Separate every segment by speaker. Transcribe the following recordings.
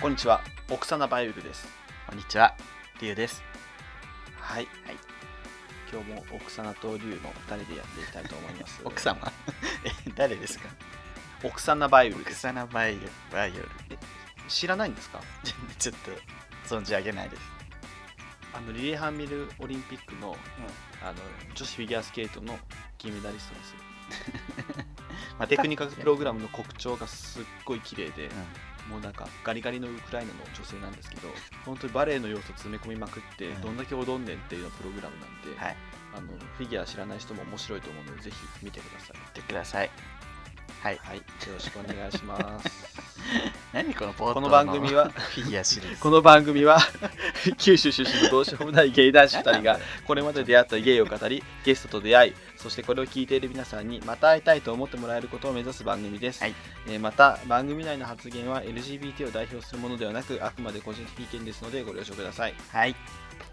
Speaker 1: こんにちは、奥さなバイブです。
Speaker 2: こんにちは、りゅうです。
Speaker 1: はい、
Speaker 2: はい。
Speaker 1: 今日も奥さなと龍の二人でやっていきたいと思います
Speaker 2: 奥様え、誰ですか
Speaker 1: 奥さなバイブ
Speaker 2: ク
Speaker 1: です。
Speaker 2: サナバイオバイオル。
Speaker 1: 知らないんですか？
Speaker 2: ちょちょっと存じ上げないです。
Speaker 1: あのリレハンミルオリンピックの、あの女子フィギュアスケートの銀メダリストです。
Speaker 2: まあ
Speaker 1: テクニカルプロ
Speaker 2: グ
Speaker 1: グラムの国調がすっごい綺麗で、もうなんかガリガリのウクライナの女性なんですけど、本当にバレエの要素詰め込みまくって、
Speaker 2: うん
Speaker 1: どんだけ踊んねんっていうようなプログラムなんで、
Speaker 2: はい、
Speaker 1: あのフィギュア知らない人も面白いと思うのでぜひ見てください。
Speaker 2: ってください。はい。
Speaker 1: はい、よろしくお願いし ます。
Speaker 2: 何この冒頭の
Speaker 1: この番組は
Speaker 2: フィギュアシリーズ。
Speaker 1: この番組は 九州出身のどうしようもないゲイ男子
Speaker 2: 何
Speaker 1: 2
Speaker 2: な
Speaker 1: 人
Speaker 2: んだよ
Speaker 1: がこれまで出会ったゲイを語りゲストと出会いそしてこれを聞いている皆さんにまた会いたいと思ってもらえることを目指す番組です、
Speaker 2: はい
Speaker 1: えーまた番組内の発言は LGBT を代表するものではなくあくまで個人的意見ですのでご了承ください
Speaker 2: はい。よ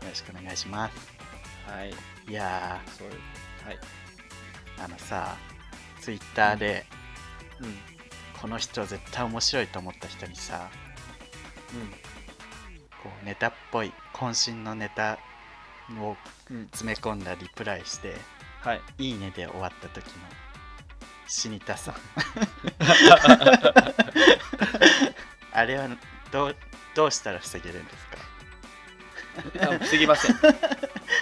Speaker 2: ろしくお願いします。
Speaker 1: はい
Speaker 2: いや
Speaker 1: そういうはい、
Speaker 2: ー、あのさ、ツイッターで、
Speaker 1: うんうん、
Speaker 2: この人絶対面白いと思った人にさ、こうネタっぽい渾身のネタを
Speaker 1: うん
Speaker 2: 詰め込んだリプライして
Speaker 1: はい
Speaker 2: 「いいね」で終わった時の死にた さあれはどうどうしたら防げるんですか
Speaker 1: あ防ぎま せん、うん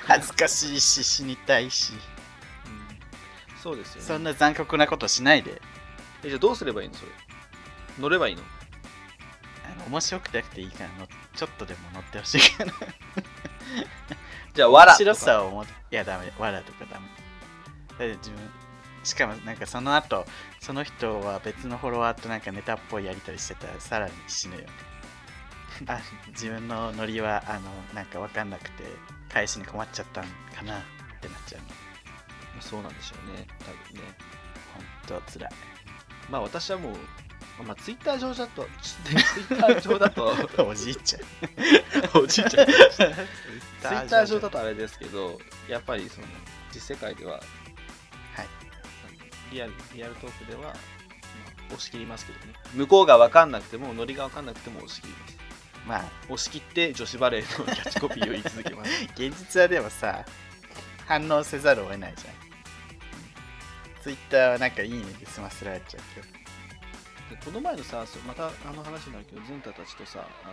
Speaker 2: 恥ずかしいし死にたいし
Speaker 1: そうですよね
Speaker 2: そんな残酷なことしないで
Speaker 1: えじゃあどうすればいいのそれ乗ればいいの
Speaker 2: あの面白くなくていいからのちょっとでも乗ってほしいから
Speaker 1: じゃあわら
Speaker 2: 面白さをもいやダメわらとかダメだって自分しかもなんかその後その人は別のフォロワーとなんかネタっぽいやり取りしてたらさらに死ぬよあ自分のノリはあのなんか分かんなくて返しに困っちゃったんかなってなっちゃうの
Speaker 1: まあそうなんでしょうね多分ね
Speaker 2: ほんと つらい
Speaker 1: まあ私はもうまあツイッター上だとツイッター上だと
Speaker 2: おじいちゃん
Speaker 1: おじいちゃん ツイ
Speaker 2: ツイッ
Speaker 1: ッター上だとあれですけどやっぱりその実世界では、リアルリアルトークでは、まあ押し切りますけどね向こうが分かんなくてもノリが分かんなくても押し切ります
Speaker 2: まあ
Speaker 1: 押し切って女子バレーのキャッチコピーを言い続けます
Speaker 2: 現実はでもさ反応せざるを得ないじゃんツイッターはなんかいいねで済ませられちゃうけど
Speaker 1: で この前のさそうまたあの話になるけどズンタたちとさあ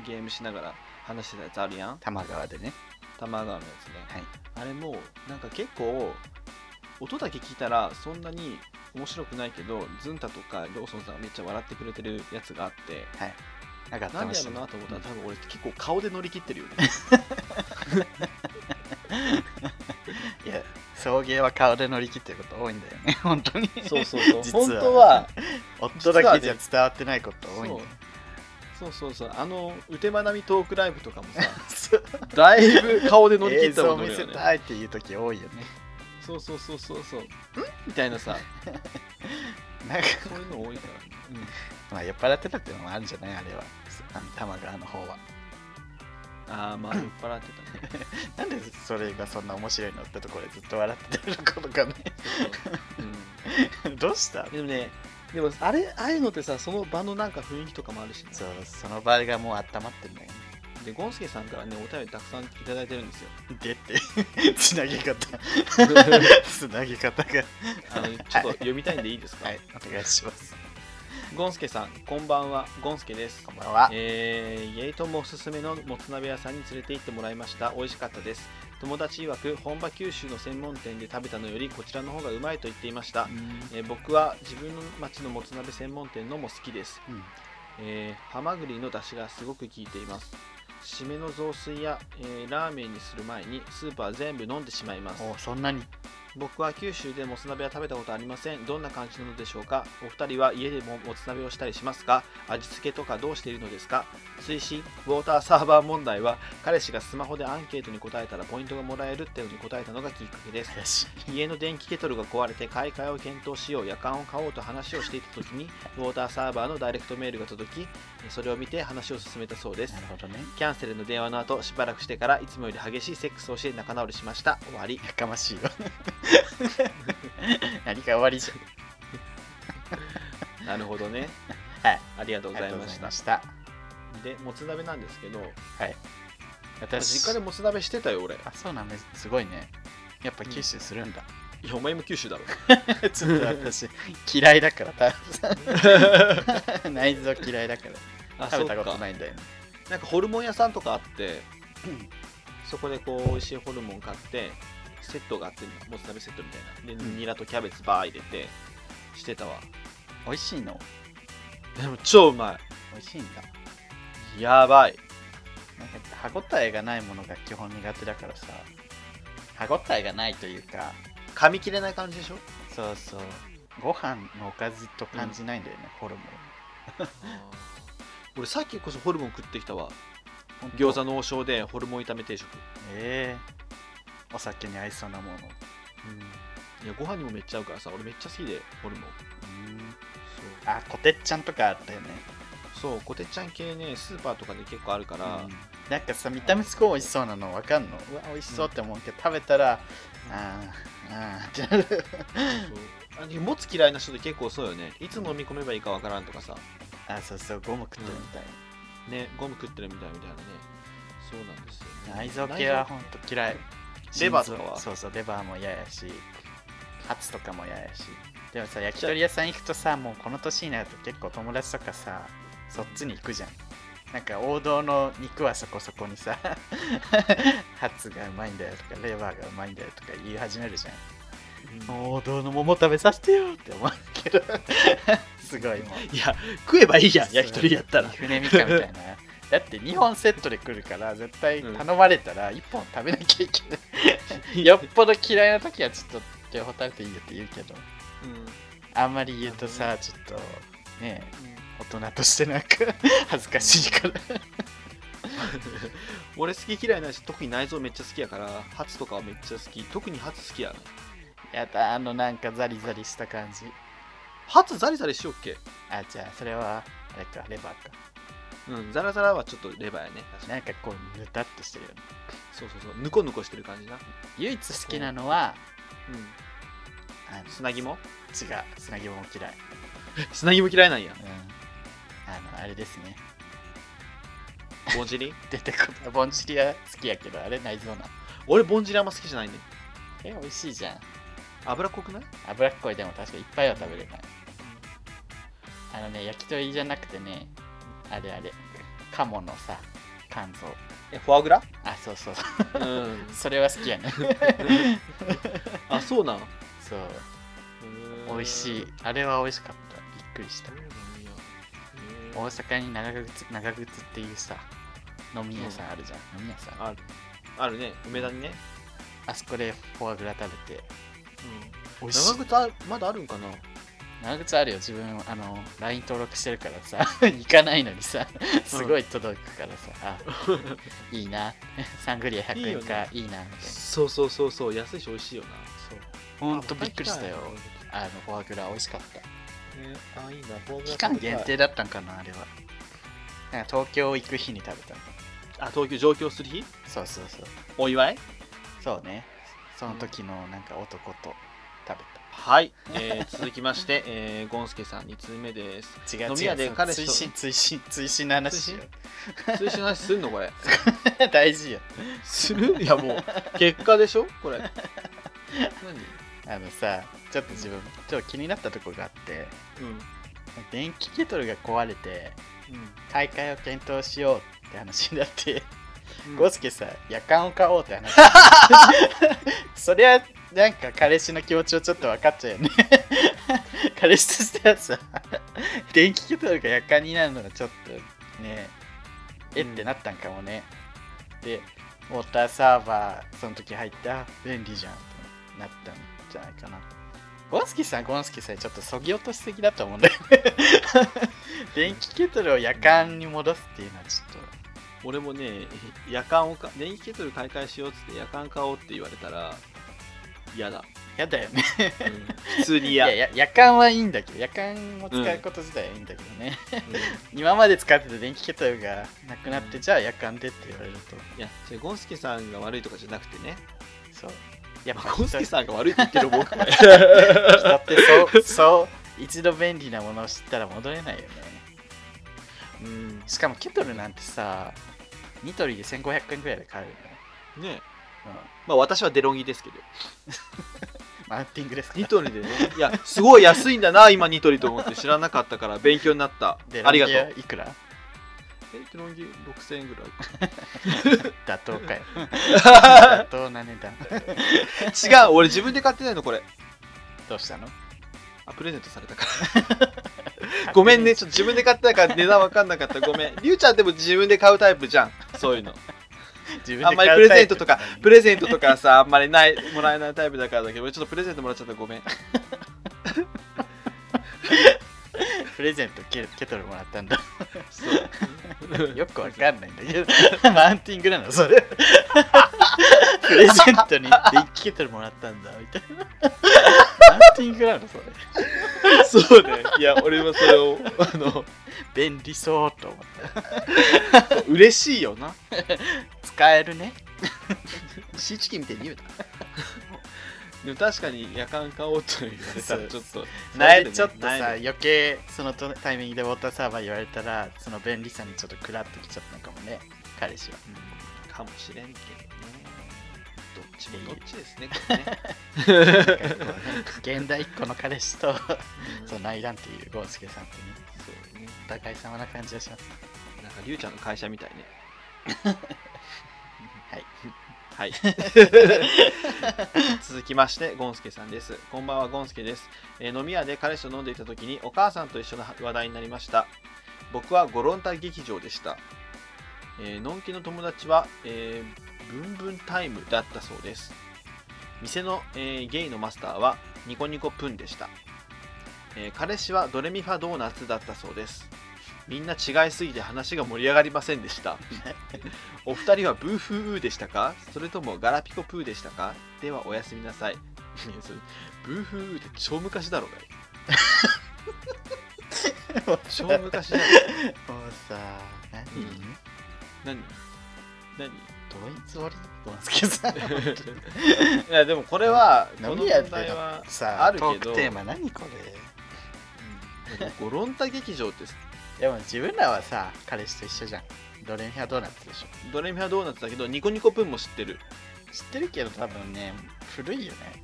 Speaker 1: のゲームしながら話してたやつあるやん
Speaker 2: 多摩川でね
Speaker 1: 玉川のやつね
Speaker 2: はい
Speaker 1: あれもなんか結構音だけ聞いたらそんなに面白くないけどズンタとかローソンさんがめっちゃ笑ってくれてるやつがあって
Speaker 2: はい。なんか
Speaker 1: なん
Speaker 2: 楽
Speaker 1: でや
Speaker 2: し
Speaker 1: ろ
Speaker 2: み
Speaker 1: うなと思ったら多分俺結構顔で乗り切ってるよね
Speaker 2: いや、送迎は顔で乗り切ってること多いんだよね、 本当に。
Speaker 1: そうそう そう
Speaker 2: 実は
Speaker 1: 本当は
Speaker 2: 夫だけじゃ伝わってないこと多いんだよ。
Speaker 1: そうそうそうあの「うてまなみトークライブ」とかもさ
Speaker 2: そう
Speaker 1: だいぶ顔で乗り切
Speaker 2: 映
Speaker 1: った
Speaker 2: 像
Speaker 1: も
Speaker 2: を
Speaker 1: ん
Speaker 2: 見
Speaker 1: ね
Speaker 2: せたいっていう時多いよね。
Speaker 1: そうそうそうそうそう「ん?」みたいなさ
Speaker 2: なんか、
Speaker 1: そういうの多いから、ね
Speaker 2: まあ、酔っ払ってたっていうのもあるんじゃないあれは。あの玉川の方は。
Speaker 1: うん、 ああまあ酔っ払ってたね
Speaker 2: なんでそれがそんな面白いのってところでずっと笑ってたのことかね。
Speaker 1: そうそう、うん
Speaker 2: どうした
Speaker 1: でもね、でもあれ、ああいうのってさ、その場のなんか雰囲気とかもあるしね、
Speaker 2: そう、その場がもう温まってんだよね。
Speaker 1: で、ゴンスケさんからね、お便りたくさんいただいてるん ですよ。
Speaker 2: でって、 つなぎ方、つなぎ方が。
Speaker 1: あのちょっと読みたいんでいいですか、
Speaker 2: はい、お願いします。
Speaker 1: ゴンスケさん、こんばんは、ゴンスケです
Speaker 2: こ。んばんは。
Speaker 1: えー、イェイトンもおすすめのもつ鍋屋さんに連れて行ってもらいました美味しかったです友達曰く本場九州の専門店で食べたのよりこちらの方がうまいと言っていました、えー僕は自分の町のもつ鍋専門店のも好きです
Speaker 2: うん
Speaker 1: えーハマグリの出汁がすごく効いています締めの雑炊や、えーラーメンにする前にスープは全部飲んでしまいます
Speaker 2: おそんなに
Speaker 1: 僕は九州でもつ鍋は食べたことありませんどんな感じなのでしょうかお二人は家でももつ鍋をしたりしますか味付けとかどうしているのですか推進ウォーターサーバー問題は彼氏がスマホでアンケートに答えたらポイントがもらえるってのに答えたのがきっかけです
Speaker 2: 怪しい。
Speaker 1: 家の電気ケトルが壊れて買い替えを検討しよう夜間を買おうと話をしていた時にウォーターサーバーのダイレクトメールが届きそれを見て話を進めたそうです
Speaker 2: なるほどね。
Speaker 1: キャンセルの電話の後しばらくしてからいつもより激しいセックスをして仲直りしました終わり
Speaker 2: やかましいよ。 何か終わりじゃん。
Speaker 1: なるほどね
Speaker 2: はい。
Speaker 1: ありがとうございました
Speaker 2: した。
Speaker 1: でもつ鍋なんですけど
Speaker 2: 私
Speaker 1: 実家でもつ鍋してたよ俺
Speaker 2: あそうなんですすごいねやっぱ九州するんだ、
Speaker 1: いやお前も九州だろ
Speaker 2: ちょっと私 嫌いだからター ザン内臓嫌いだから
Speaker 1: あ
Speaker 2: 食べた
Speaker 1: そ
Speaker 2: こと
Speaker 1: うか
Speaker 2: ないんだよね
Speaker 1: なんかホルモン屋さんとかあって
Speaker 2: うん
Speaker 1: そこでこう美味しいホルモン買ってセットがあってもつ鍋セットみたいなで
Speaker 2: うん
Speaker 1: ニラとキャベツバー入れてしてたわ
Speaker 2: 美味しいの
Speaker 1: でも超うま
Speaker 2: 美味しいんだ
Speaker 1: いやばい
Speaker 2: なんか歯ごたえがないものが基本苦手だからさ歯ごたえがないというか
Speaker 1: 噛み切れない感じでしょ
Speaker 2: そうそうご飯のおかずと感じないんだよね、ホルモン
Speaker 1: 俺さっきこそホルモン食ってきたわ餃子
Speaker 2: の
Speaker 1: の王将でホルモン炒め定食
Speaker 2: ええお酒に合いそうなもの
Speaker 1: いやご飯にもめっちゃ合うからさ俺めっちゃ好きでホルモン
Speaker 2: うんあこてっちゃんとかあったよね
Speaker 1: そうそうこてっちゃん系ねスーパーとかで結構あるから、
Speaker 2: うんなんかさ見た目すごい美味しそうなのわかんのうわ美味しそうって思うけど食べたら、
Speaker 1: うん
Speaker 2: あーあーってなる
Speaker 1: そうあでもつ嫌いな人って結構そうよねいつ飲み込めばいいかわからんとかさ
Speaker 2: あそうそうゴム食ってるみたい
Speaker 1: ねゴム食ってるみたいみたいなねそうなんですよね
Speaker 2: な、内臓系はほんと嫌い
Speaker 1: レバーとかは
Speaker 2: 心臓そうそうレバーも嫌やしハツとかも嫌やしでもさ焼き鳥屋さん行くとさもうこの年になると結構友達とかさそっちに行くじゃんなんか王道の肉はそこそこにさ ハツがうまいんだよとかレバーがうまいんだよとか言い始めるじゃん
Speaker 1: うん
Speaker 2: 王道の桃食べさせてよって思うけど すごいもう
Speaker 1: いや食えばいいじゃん
Speaker 2: そう
Speaker 1: 焼き鳥や ったら
Speaker 2: 船みかみたいなだって2本セットで来るから絶対頼まれたら1本食べなきゃいけな いよっぽど嫌いな時はちょっと両方食べていいよって言うけど
Speaker 1: うん
Speaker 2: あんまり言うとさちょっとねえ大人としてなんか 恥ずかしいから
Speaker 1: 俺好き嫌いないし特に内臓めっちゃ好きやからハツとかはめっちゃ好き特にハツ好きやな
Speaker 2: やだあのなんかザリザリした感じ
Speaker 1: ハツザリザリしよっけ
Speaker 2: あじゃあそれはあれかレバーか
Speaker 1: うんザラザラはちょっとレバーやね確かに
Speaker 2: なんかこうぬたっとしてるよね
Speaker 1: そうそうそうぬこぬこしてる感じな
Speaker 2: 唯一好きなのは
Speaker 1: う
Speaker 2: あの
Speaker 1: ん砂 肝
Speaker 2: 違う砂肝も嫌い
Speaker 1: 砂肝嫌いなんや
Speaker 2: うんあのあれですね
Speaker 1: ぼんじり
Speaker 2: 出てこないぼんじりは好きやけどあれ内臓な
Speaker 1: 俺ぼんじりあんま好きじゃないね
Speaker 2: え美味しいじゃん
Speaker 1: 脂っこくない
Speaker 2: 脂っこいでも確かいっぱいは食べれないあのね焼き鳥じゃなくてねあれあれ鴨のさ肝臓
Speaker 1: えフォアグラ
Speaker 2: あそうそう
Speaker 1: うん
Speaker 2: それは好きやね
Speaker 1: あそうなん
Speaker 2: そう美味しいあれは美味しかったびっくりした大阪に長靴長靴っていうさ飲み屋さんあるじゃん飲み屋さん
Speaker 1: あるあるね梅田にね、
Speaker 2: あそこでフォアグラ食べて美味しい
Speaker 1: 長靴あまだあるんかな
Speaker 2: 長靴あるよ自分あの LINE 登録してるからさ 行かないのにさすごい届くからさ、 あいいな サングリア100円かいい,、なみたいな
Speaker 1: そうそうそうそう安いし美味しいよなそう
Speaker 2: ほんとびっくりしたよ
Speaker 1: ね
Speaker 2: あのフォアグラ美味しかった
Speaker 1: あいいなフォアグラ
Speaker 2: 期間限定だったんかなあれはなんか東京行く日に食べたの
Speaker 1: あ東京上京する日
Speaker 2: そうそうそう
Speaker 1: お祝い
Speaker 2: そうねその時のなんか男と食
Speaker 1: はい、えー、続きまして、えー、ゴンスケさん2通目です
Speaker 2: べた違う
Speaker 1: 飲み
Speaker 2: 違
Speaker 1: 屋
Speaker 2: う
Speaker 1: で
Speaker 2: その
Speaker 1: 彼氏
Speaker 2: 追
Speaker 1: と
Speaker 2: 伸追伸追伸の話しよ
Speaker 1: 通信の話するのこれ
Speaker 2: う 大事よ
Speaker 1: するいやもう結果でしょこれ何
Speaker 2: あのさちょっと自分ちょっと気になったとこがあって
Speaker 1: うん
Speaker 2: 電気ケトルが壊れて
Speaker 1: う
Speaker 2: 買い替えを検討しようって話になって、
Speaker 1: ん
Speaker 2: ゴスケさん夜間を買おうって話そりゃなんか彼氏の気持ちをちょっと分かっちゃうよね彼氏としてはさ電気ケトルが夜間になるのがちょっとねえっ
Speaker 1: うん
Speaker 2: てなったんかもね、でウォーターサーバーその時入った便利じゃんってなったんじゃないかなゴンスキさんゴンスキさんちょっとそぎ落としすぎだと思うんだよね 電気ケトルを夜間に戻すっていうのはちょっ
Speaker 1: 俺もね夜間をか電気ケトル買い替えしようっつって夜間買おうって言われたら嫌だ、
Speaker 2: とやだよね
Speaker 1: うん普通に
Speaker 2: い
Speaker 1: 嫌
Speaker 2: やいや夜間はいいんだけど夜間を使うこと自体はいいんだけどね、今まで使ってた電気ケトルがなくなって、
Speaker 1: うん
Speaker 2: じゃあ夜間でって言われると
Speaker 1: いやそれゴンスケさんが悪いとかじゃなくてね
Speaker 2: そうやっぱ
Speaker 1: ゴンスケさんが悪いって言ってる僕は
Speaker 2: 人ってそうそう一度便利なものを知ったら戻れないよね
Speaker 1: うん
Speaker 2: しかもケトルなんてさニトリで1500円ぐらいで買えるのよ、
Speaker 1: ね
Speaker 2: うん、
Speaker 1: まあ私はデロンギですけど
Speaker 2: マウンティングですか
Speaker 1: ニトリでねいやすごい安いんだな今ニトリと思って知らなかったから勉強になった
Speaker 2: で
Speaker 1: ありがとう
Speaker 2: ランキーはいくら
Speaker 1: えデロンギ6000円ぐ らい
Speaker 2: 妥当か よ妥当な値段
Speaker 1: 違う俺自分で買ってないのこれ
Speaker 2: どうしたの
Speaker 1: あプレゼントされたからごめんねちょっと自分で買ってたから値段わかんなかったごめんりゅうちゃんでも自分で買うタイプじゃんそういうの
Speaker 2: 自分で
Speaker 1: あんまりプ
Speaker 2: 買う
Speaker 1: レ
Speaker 2: タ
Speaker 1: ゼ
Speaker 2: イ
Speaker 1: ント
Speaker 2: プ
Speaker 1: とかプレゼントとかさあんまりないもらえないタイプだからだけど俺ちょっとプレゼントもらっちゃったごめん
Speaker 2: プレゼントケケトルもらったんだ
Speaker 1: そう
Speaker 2: よくわかんないんだけど マウンティングなのそ れプレゼントに行ってケトルもらったんだみたいなマウンティングなのそれ
Speaker 1: そうね いや俺はそれをあの
Speaker 2: 便利そうと思った
Speaker 1: 嬉しいよな
Speaker 2: 使えるね
Speaker 1: シーチキンみたいに言うなでも確かに夜間買おうと言われたらちょっと
Speaker 2: なえちょっとさ、
Speaker 1: ないね
Speaker 2: 余計そのとタイミングでウォーターサーバー言われたらその便利さにちょっと食らってきちゃったのかもね彼氏は
Speaker 1: うんかもしれんけどねどっちも
Speaker 2: いい
Speaker 1: どっ ちですねこれね
Speaker 2: なんかこうね現代一個の彼氏とその内乱っていうゴースケさんとね
Speaker 1: そうね
Speaker 2: お互い様な感じがします
Speaker 1: なんかりゅうちゃんの会社みたいね
Speaker 2: はい
Speaker 1: はい 続きましてゴンスケさんですこんばんはゴンスケです、えー飲み屋で彼氏と飲んでいた時にお母さんと一緒の話題になりました僕はゴロンタ劇場でした、えーのんきの友達は、えーブンブンタイムだったそうです店の、えーゲイのマスターはニコニコプンでした、えー彼氏はドレミファドーナツだったそうですみんな違いすぎて話が盛り上がりませんで したお二人はブーフーウーでしたかそれともガラピコプーでしたかではおやすみなさい いやそれブーフーウーって超昔だろうがい
Speaker 2: もう
Speaker 1: 超
Speaker 2: さ
Speaker 1: 昔 じゃない
Speaker 2: 何、
Speaker 1: うん何何
Speaker 2: ドイツ割りゴース ケさん
Speaker 1: いやでもこれはこ
Speaker 2: 飲
Speaker 1: の問
Speaker 2: み屋で
Speaker 1: 題は
Speaker 2: さ
Speaker 1: あ
Speaker 2: あ
Speaker 1: るけど
Speaker 2: トークテーマ何これ
Speaker 1: ゴロンタ劇場って
Speaker 2: でも自分らはさ彼氏と一緒じゃんドレミファドーナツでしょ
Speaker 1: ドレミファドーナツだけどニコニコプンも知ってる
Speaker 2: 知ってるけど多分ね古いよね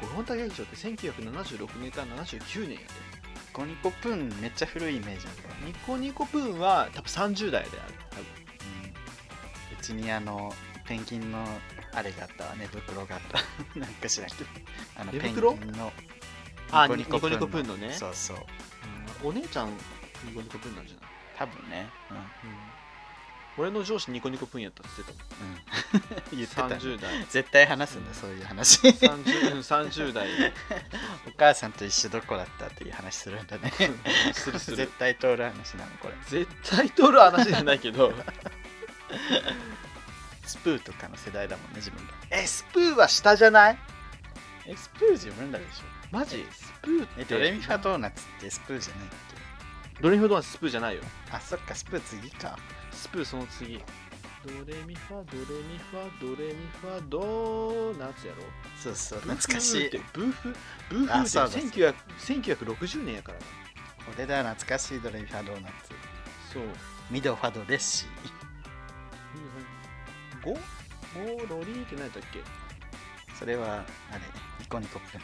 Speaker 1: ゴロンタ劇場って1976年から79年やで
Speaker 2: コニコプーンめっちゃ古いイメージなんだよね、
Speaker 1: ニコニコプンは多分30代である多分
Speaker 2: うん、うちにあのペンギンのあれがあったわ寝袋があった なんか知らんけどあの
Speaker 1: 寝
Speaker 2: ペンギン
Speaker 1: 袋
Speaker 2: の
Speaker 1: あ
Speaker 2: ニコニコ
Speaker 1: ニコニコプ
Speaker 2: プ
Speaker 1: ーン
Speaker 2: ーン
Speaker 1: の
Speaker 2: の
Speaker 1: ね
Speaker 2: そうそう
Speaker 1: お姉ちゃんニコニコプンなんじゃない、
Speaker 2: 多分ね
Speaker 1: 俺の上司ニコニコプンやったって言って
Speaker 2: うん、うん、 言って
Speaker 1: た
Speaker 2: た
Speaker 1: もん
Speaker 2: ね
Speaker 1: 30代
Speaker 2: 絶対話すんだそういう話
Speaker 1: 30, うん30代
Speaker 2: お母さんと一緒どこだったっていう話するんだね
Speaker 1: するする
Speaker 2: 絶対通る話なのこれ
Speaker 1: 絶対通る話じゃないけど
Speaker 2: スプーとかの世代だもんね自分ら
Speaker 1: えスプーは下じゃない
Speaker 2: えスプー自分らでしょ
Speaker 1: マジスプーって
Speaker 2: えドレミファドーナツってスプーじゃないっ
Speaker 1: ドレミファドーナツスプーじゃないよ
Speaker 2: けあそっかスプー次か
Speaker 1: スプーその次ドレミファドレミファドレミファドーナツやろ
Speaker 2: そうそう
Speaker 1: ブーフー
Speaker 2: 懐かしい
Speaker 1: ってブーフブーフ
Speaker 2: あそう
Speaker 1: ー
Speaker 2: だ
Speaker 1: って1900 1960年やからな
Speaker 2: これだ懐かしいドレミファドーナツ
Speaker 1: そう
Speaker 2: ミドファドレッシ
Speaker 1: 5ゴロリーって何やったっけ
Speaker 2: ーそれはあれねニコニコプン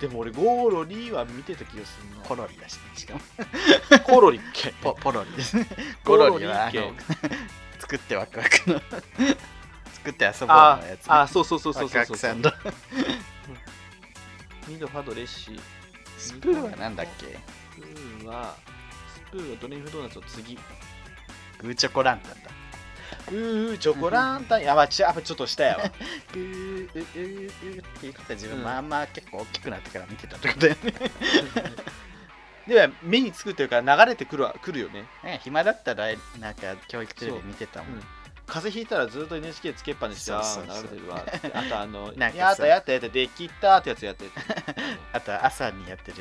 Speaker 1: でも俺ゴロリーは見てた気がするな
Speaker 2: コロリだし、しかも
Speaker 1: コロリっ け
Speaker 2: ポポロリです
Speaker 1: コ
Speaker 2: コ
Speaker 1: ロ
Speaker 2: ロ
Speaker 1: リ
Speaker 2: リ
Speaker 1: は
Speaker 2: は
Speaker 1: あ
Speaker 2: あ
Speaker 1: の
Speaker 2: の作ってワクワクの 作って遊ぼうの
Speaker 1: あ
Speaker 2: やつ、ね、
Speaker 1: あそうそうそうそう
Speaker 2: ワク
Speaker 1: そう
Speaker 2: ワ
Speaker 1: そう
Speaker 2: クサンド
Speaker 1: ミドファドレッシー
Speaker 2: スプーンはなんだっけ
Speaker 1: スプーンはスプーンはドレミフドーナツの次う
Speaker 2: グーチョコランタンだ
Speaker 1: ーチョコランタンやばちやっぱちょっと下やわ
Speaker 2: グーうううっていうことは自分、
Speaker 1: うん
Speaker 2: まあまあ結構大きくなってから見てたってことだよね
Speaker 1: でも目につくというか流れてくるわくるよね、
Speaker 2: なんか暇だったらなんか教育テレビ見てた
Speaker 1: う
Speaker 2: もん
Speaker 1: ん、風邪ひいたらずっと NHK つけっぱにしてあ
Speaker 2: そうそう
Speaker 1: ー
Speaker 2: そう
Speaker 1: 流れてる わってあとあの
Speaker 2: なんかさ
Speaker 1: やったやったやったできたってやつやって
Speaker 2: あと朝にやってる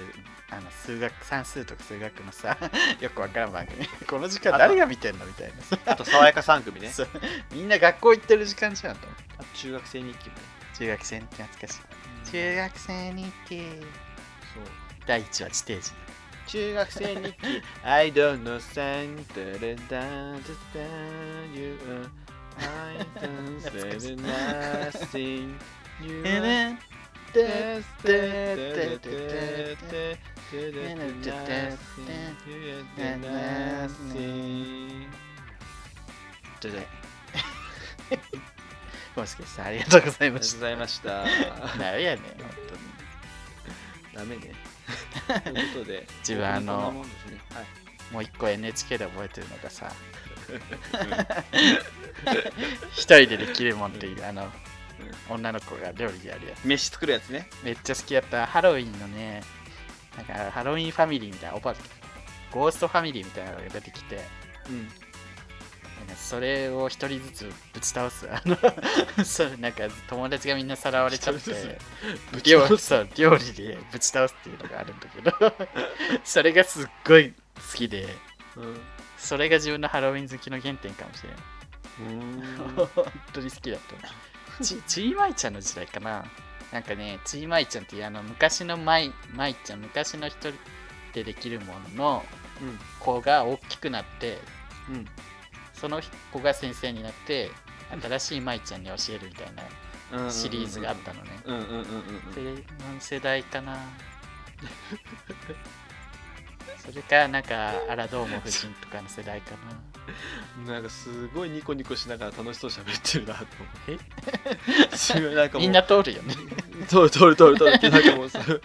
Speaker 2: あの数学算数とか数学のさ よくわからん 番組この時間誰が見てんのみたいなさ
Speaker 1: あと爽やか3組ね
Speaker 2: そうみんな学校行ってる時間じゃんと思って
Speaker 1: あと中学生日記もね
Speaker 2: 中学生日記懐かしい中学生日記
Speaker 1: そう
Speaker 2: 第1話地底人
Speaker 1: 中学生日記 I don't know something that you I don't
Speaker 2: 懐かし
Speaker 1: say
Speaker 2: い
Speaker 1: nothing you
Speaker 2: え
Speaker 1: are
Speaker 2: ね
Speaker 1: じゃじゃあり
Speaker 2: コウスケさんありがとうござい
Speaker 1: が
Speaker 2: ま
Speaker 1: とう
Speaker 2: し
Speaker 1: ございま した。
Speaker 2: た。なんやねん、本当
Speaker 1: ダ
Speaker 2: に。
Speaker 1: メ ね。ということで、
Speaker 2: 自分あの
Speaker 1: こんなもんですねはい
Speaker 2: もう一個 NHK で覚えてるのがさ、一人でできるもんっていう、あの、女の子が料理やるやつ。
Speaker 1: 飯作るやつね。
Speaker 2: めっちゃ好きやった。ハロウィンのね、なんかハロウィンファミリーみたいな、おばあゴーストファミリーみたいなのが出てきて、
Speaker 1: うん。
Speaker 2: なんかそれを一人ずつぶち倒す。あの、 そう、なんか友達がみんなさらわれちゃっ
Speaker 1: 一人ず
Speaker 2: て。
Speaker 1: ぶち倒
Speaker 2: 料
Speaker 1: す
Speaker 2: そう料理でぶち倒すっていうのがあるんだけど それがすっごい好きで
Speaker 1: うん
Speaker 2: それが自分のハロウィン好きの原点かもしれない 本当に好きだったちちいまいちゃんの時代かななんかねちいまいちゃんっていうあの昔のまいまいちゃん昔の人でできるものの子が大きくなって
Speaker 1: うん。うん。
Speaker 2: その子が先生になって新しいまいちゃんに教えるみたい
Speaker 1: うん。
Speaker 2: なシリーズがあったのね
Speaker 1: うんうんうんうん
Speaker 2: それの世代かな それかなんかあらどうも夫人とかの世代かな
Speaker 1: うん。なんかすごいニコニコしながら楽しそうに喋ってるなと
Speaker 2: え
Speaker 1: 思って。なんかもう
Speaker 2: みんな通るよね
Speaker 1: 通る通る通る通るってなんかもうさなんか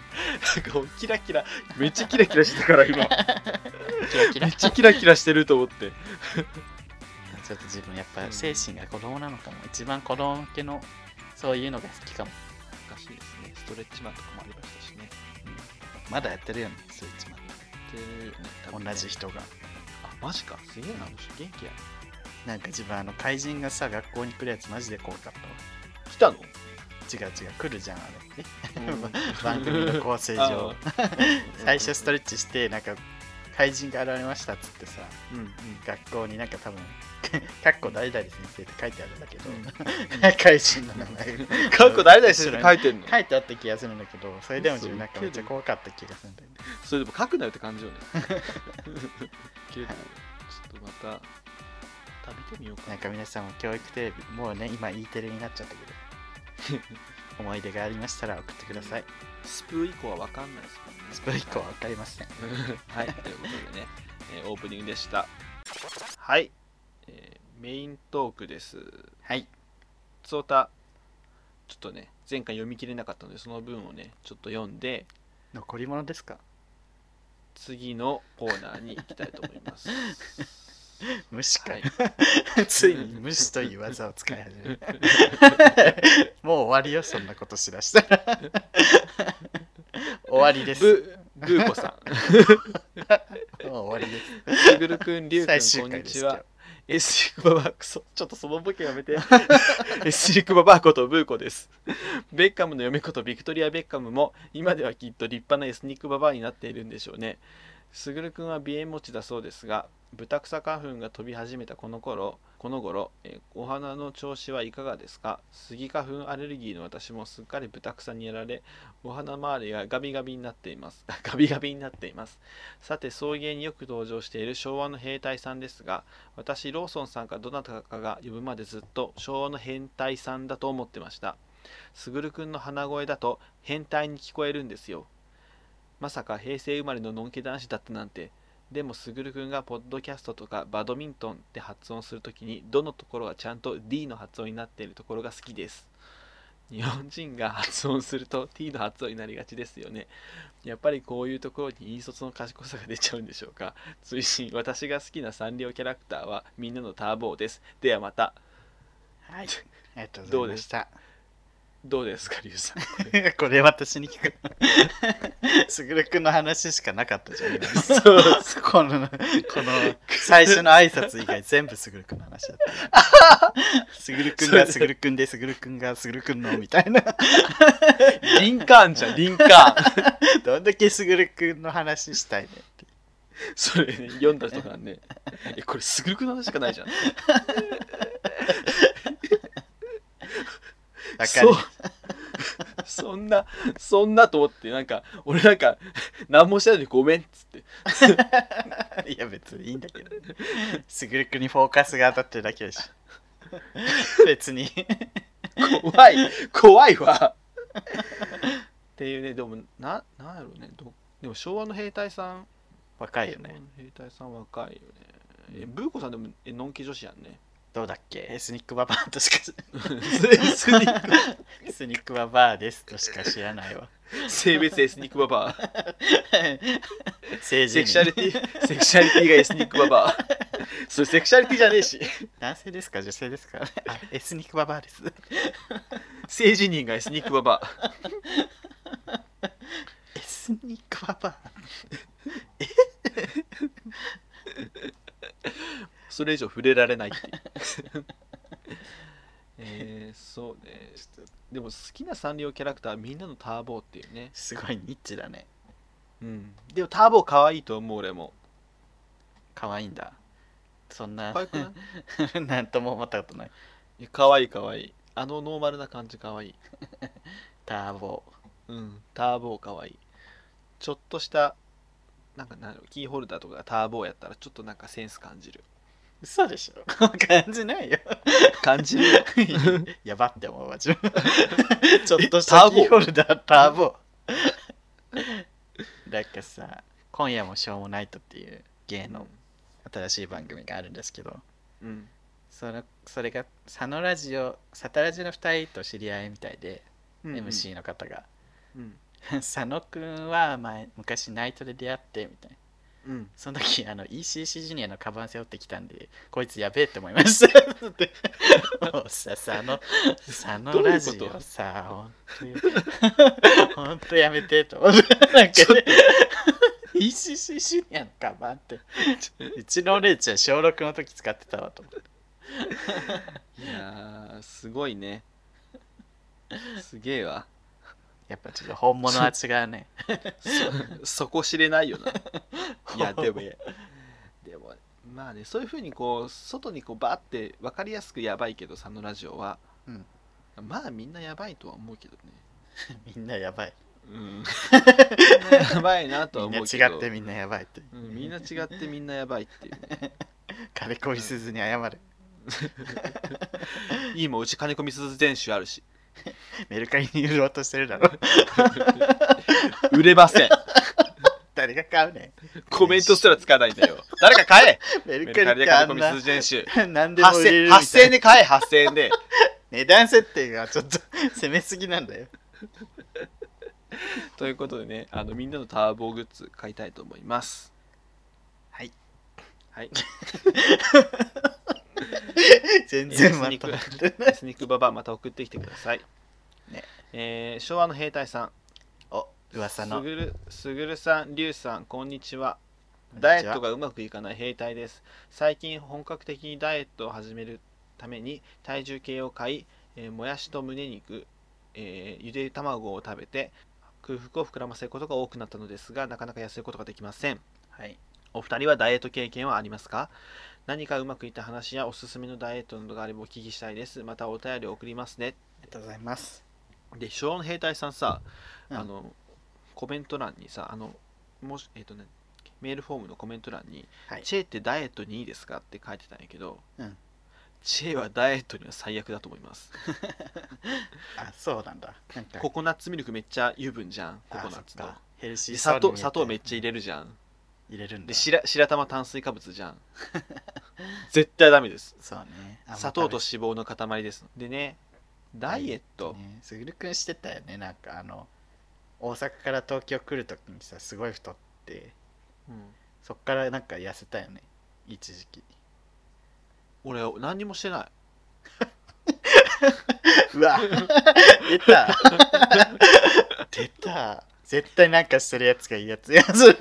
Speaker 1: もうキラキラめっちゃキラキラしてたから今
Speaker 2: キラ
Speaker 1: め
Speaker 2: キラ
Speaker 1: っ
Speaker 2: ち
Speaker 1: ち
Speaker 2: ょ
Speaker 1: ゃキラキラしてると思って
Speaker 2: っと自分やっぱ精神が子供なのかも一番子供向けのそういうのが好きかも
Speaker 1: 懐かしいですねストレッチマンとかもありましたしね
Speaker 2: まだやってるよねスイッチマン同じ人が
Speaker 1: あマジかすげえなあの人元気や
Speaker 2: なんか自分あの怪人がさ学校に来るやつマジで怖かったわ
Speaker 1: 来たの、
Speaker 2: 違う違う来るじゃんあれ
Speaker 1: 番
Speaker 2: 番組の構成 上最初スト
Speaker 1: レ
Speaker 2: レッチしてなんか怪人が現れましたっつってさ
Speaker 1: うんうん
Speaker 2: 学校になんか多分 かっこ代々先生って書いてあるんだけど、
Speaker 1: う
Speaker 2: 怪人の名前が
Speaker 1: かっこ誰々先生って書いてんの
Speaker 2: 書いてあった気がするんだけどそれでも自分なんか
Speaker 1: 嘘
Speaker 2: めっちゃ怖かった気がするんだよね
Speaker 1: それでも書くなよって感 じよね切れてるちょっとまたまた見てみようか
Speaker 2: なんか皆さんも教育テレビもうね今 E テレになっちゃったけど 思い出がありましたら送ってください
Speaker 1: スプー以降は分かんないですもんね
Speaker 2: スプー以降は分かりませ ん
Speaker 1: はい、ということで ね、えーオープニングでした。はい、えーメイントークです。
Speaker 2: はい
Speaker 1: つおた、ちょっとね、前回読み切れなかったので、その文をね、ちょっと読んで、
Speaker 2: 残り物ですか
Speaker 1: 次のコーナーに行きたいと思い ます。
Speaker 2: 虫か、
Speaker 1: はい
Speaker 2: ついに虫という技を使い 始めたもう終わりよそんなことしだしたら 終わりです
Speaker 1: ブブーコさ
Speaker 2: もう終わりです
Speaker 1: ん、しぐるくん、りゅうくん、
Speaker 2: 最終
Speaker 1: こん
Speaker 2: 回
Speaker 1: に
Speaker 2: です
Speaker 1: ち
Speaker 2: よ
Speaker 1: は。エスシクババクソ、ちょっとそのボケやめて。エスシクババコとブーコです。ベッカムの嫁ことビクトリア・ベッカムも今ではきっと立派なエスニックババアになっているんでしょうね。スグル君は鼻炎持ちだそうですが、ブタクサ花粉が飛び始めたこの頃、この頃、えーお花の調子はいかがですかスギ花粉アレルギーの私もすっかりブタクサにやられ、お花周りがガビガビになっています。ガビガビになっています。さて、送迎によく登場している昭和の兵隊さんですが、私ローソンさんかどなたかが呼ぶまでずっと昭和の変態さんだと思ってましたすぐるくんの鼻声だと変態に聞こえるんですよまさか平成生まれののんけ男子だったなんてでもすぐるくんがポッドキャストとかバドミントンって発音するときにどのところがちゃんと D の発音になっているところが好きです日本人が発音すると T の発音になりがちですよねやっぱりこういうところに引率の賢さが出ちゃうんでしょうか追伸私が好きなサンリオキャラクターはみんなのターボーですではまた
Speaker 2: はい。ありがとうご
Speaker 1: ど
Speaker 2: ざ
Speaker 1: う
Speaker 2: いま
Speaker 1: で
Speaker 2: し。
Speaker 1: したどうですかリュウさん
Speaker 2: これ私に聞 く。すぐるくんの話しかなかったじゃん。今 この、この、最初の挨拶以外全部すぐるくんの話だ った。すぐるくんがすぐるくんで、すぐるくんがすぐるくんの、みたいな。
Speaker 1: リンカーンじゃんリンカーン
Speaker 2: どんだけすぐるくんの話したいねって。
Speaker 1: それ、ね、読んだ人がねえこれすぐるくんの話しかないじゃん
Speaker 2: わか
Speaker 1: そう
Speaker 2: る。
Speaker 1: そんなそんなと思ってなんか俺なんか何もしてないのにごめんっつって
Speaker 2: いや別にいいんだけどすぐるくんにフォーカスが当たってるだけで しょ別 に
Speaker 1: 怖い怖いわっていうねでもななんやろうねどでも昭和の兵隊さん
Speaker 2: 若いよね
Speaker 1: 昭和の兵隊さん若いよねえブーコさんでもえのんき女子やんね
Speaker 2: どうだっけエスニックババアとしか知
Speaker 1: エスニック
Speaker 2: エスニックババアですとしか知 らないわ
Speaker 1: 性別エスニックババア
Speaker 2: 成
Speaker 1: セ
Speaker 2: 人
Speaker 1: クシャリティセクシャリティがエスニックババアそれセクシャリティじゃねえし
Speaker 2: 男性ですか女性ですかあエスニックババアです
Speaker 1: 性自認がエスニックババア
Speaker 2: エスニックババア
Speaker 1: それ以上触れられないっていう えー、そうねでも好きなサンリオキャラクターはみんなのターボーっていうね
Speaker 2: すごいニッチだね
Speaker 1: うんでもターボー可愛いと思う俺も
Speaker 2: 可愛いんだそんな
Speaker 1: 可愛くない
Speaker 2: なんとも思ったことない
Speaker 1: いや可愛い可愛いあのノーマルな感じ可愛い
Speaker 2: ターボ
Speaker 1: うんターボー可愛いちょっとしたなんかなんだろうキーホルダーとかがターボーやったらちょっとなんかセンス感じる
Speaker 2: 嘘でしょ 感じないよ
Speaker 1: 感じるよ
Speaker 2: やばって思うわ自分 ちょっとし
Speaker 1: タ
Speaker 2: た
Speaker 1: ーボ
Speaker 2: キーホルダーターボ なんかさ「今夜もしょうもないと」っていう芸の新しい番組があるんですけど
Speaker 1: うん
Speaker 2: そのそれが佐野ラジオサタラジの2人と知り合いみたいで、
Speaker 1: うん、
Speaker 2: MC の方が
Speaker 1: うん
Speaker 2: 「佐野くんは前昔ナイトで出会って」みたいな
Speaker 1: うん
Speaker 2: その時あの ECC ジュニアのカバン背負ってきたんでこいつやべえって思いましたって もうささあのさあ
Speaker 1: ど
Speaker 2: の
Speaker 1: うい
Speaker 2: ラ
Speaker 1: うこ
Speaker 2: ジ
Speaker 1: と
Speaker 2: オさほんとにほんとやめてと思ってなん
Speaker 1: ちょ
Speaker 2: かね ECC ジュニアのカバンってうちのお姉ちゃん小6の時使ってたわと思って
Speaker 1: いやーすごい ねすげえわ
Speaker 2: やっぱちょっと本物は違うね
Speaker 1: そそこ知れないよない いやでも
Speaker 2: い
Speaker 1: でもまあねそういうふうにこう外にこうバーって分かりやすくやばいけど佐野ラジオは、
Speaker 2: うん
Speaker 1: まあみんなやばいとは思うけどね
Speaker 2: みんなやばい
Speaker 1: うんみんなやばいなとは
Speaker 2: みんな
Speaker 1: 思
Speaker 2: 違
Speaker 1: うけど
Speaker 2: ってみんなやばいって、
Speaker 1: うんみんな違ってみんなやばいっていう、ね、
Speaker 2: 金子みすずに謝る
Speaker 1: いいもんうち金子みすず全集あるし
Speaker 2: メルカリに売ろうとしてるだろ
Speaker 1: 売れません
Speaker 2: 誰が買うね
Speaker 1: コメントすらつかないんだよ誰か 買え
Speaker 2: んメ
Speaker 1: メル
Speaker 2: ル
Speaker 1: カ
Speaker 2: カ
Speaker 1: リで
Speaker 2: リか
Speaker 1: 金
Speaker 2: あ
Speaker 1: 子
Speaker 2: ん
Speaker 1: み
Speaker 2: な
Speaker 1: すず全集
Speaker 2: 何でも売れる
Speaker 1: 8000
Speaker 2: みたい
Speaker 1: 円
Speaker 2: な
Speaker 1: で買え8000円で
Speaker 2: 値段設定がちょっと攻めすぎなんだよ
Speaker 1: ということでねあのみんなのターボグッズ買いたいと思います
Speaker 2: はい
Speaker 1: はい
Speaker 2: 全
Speaker 1: エ
Speaker 2: 然
Speaker 1: ス
Speaker 2: ま
Speaker 1: ニ
Speaker 2: と
Speaker 1: ク
Speaker 2: ま
Speaker 1: エ
Speaker 2: ってない
Speaker 1: スニックババアまた送ってきてください、
Speaker 2: ね
Speaker 1: えー昭和の兵隊さん
Speaker 2: お噂
Speaker 1: す
Speaker 2: の
Speaker 1: ぐるすぐるさんりゅうさんこんにちは
Speaker 2: こんにちは
Speaker 1: ダイエットがうまくいかない兵隊です最近本格的にダイエットを始めるために体重計を買い、えーもやしと胸肉、えーゆで卵を食べて空腹を膨らませることが多くなったのですがなかなか痩せることができません
Speaker 2: はい
Speaker 1: お二人はダイエット経験はありますか何かうまくいった話やおすすめのダイエットなどがあればお聞きしたいです。またお便りを送りますね。
Speaker 2: ありがとうございます
Speaker 1: で、昭和の兵隊さんさ、
Speaker 2: うん
Speaker 1: あの、コメント欄にさ、あの、もし、えっ、とね、メールフォームのコメント欄に、
Speaker 2: はい
Speaker 1: チェってダイエットにいいですかって書いてたんやけど、
Speaker 2: うん
Speaker 1: チェはダイエットには最悪だと思います。
Speaker 2: あそうなんだなんか
Speaker 1: ココナッツミルクめっちゃ油分じゃん、コ
Speaker 2: あ
Speaker 1: コナッツ
Speaker 2: そっ
Speaker 1: の
Speaker 2: か。ヘルシ
Speaker 1: で
Speaker 2: ー
Speaker 1: 砂糖砂糖め
Speaker 2: め
Speaker 1: っちゃ入れるじゃん。
Speaker 2: 入れるん
Speaker 1: で、
Speaker 2: だ
Speaker 1: 白白玉炭水化物じゃ ん。絶対ダメです。
Speaker 2: そうねあんま
Speaker 1: 砂糖と
Speaker 2: 食
Speaker 1: 脂肪の塊ですでねダイエット
Speaker 2: べねすぐるくんしてたよねなんかあの大阪から東京来るときにさすごい太って
Speaker 1: うん
Speaker 2: そっからなんか痩せたよね一時期
Speaker 1: 俺何にもしてな
Speaker 2: うわ出た出た絶対なんかしてるやつがいいやつやそれ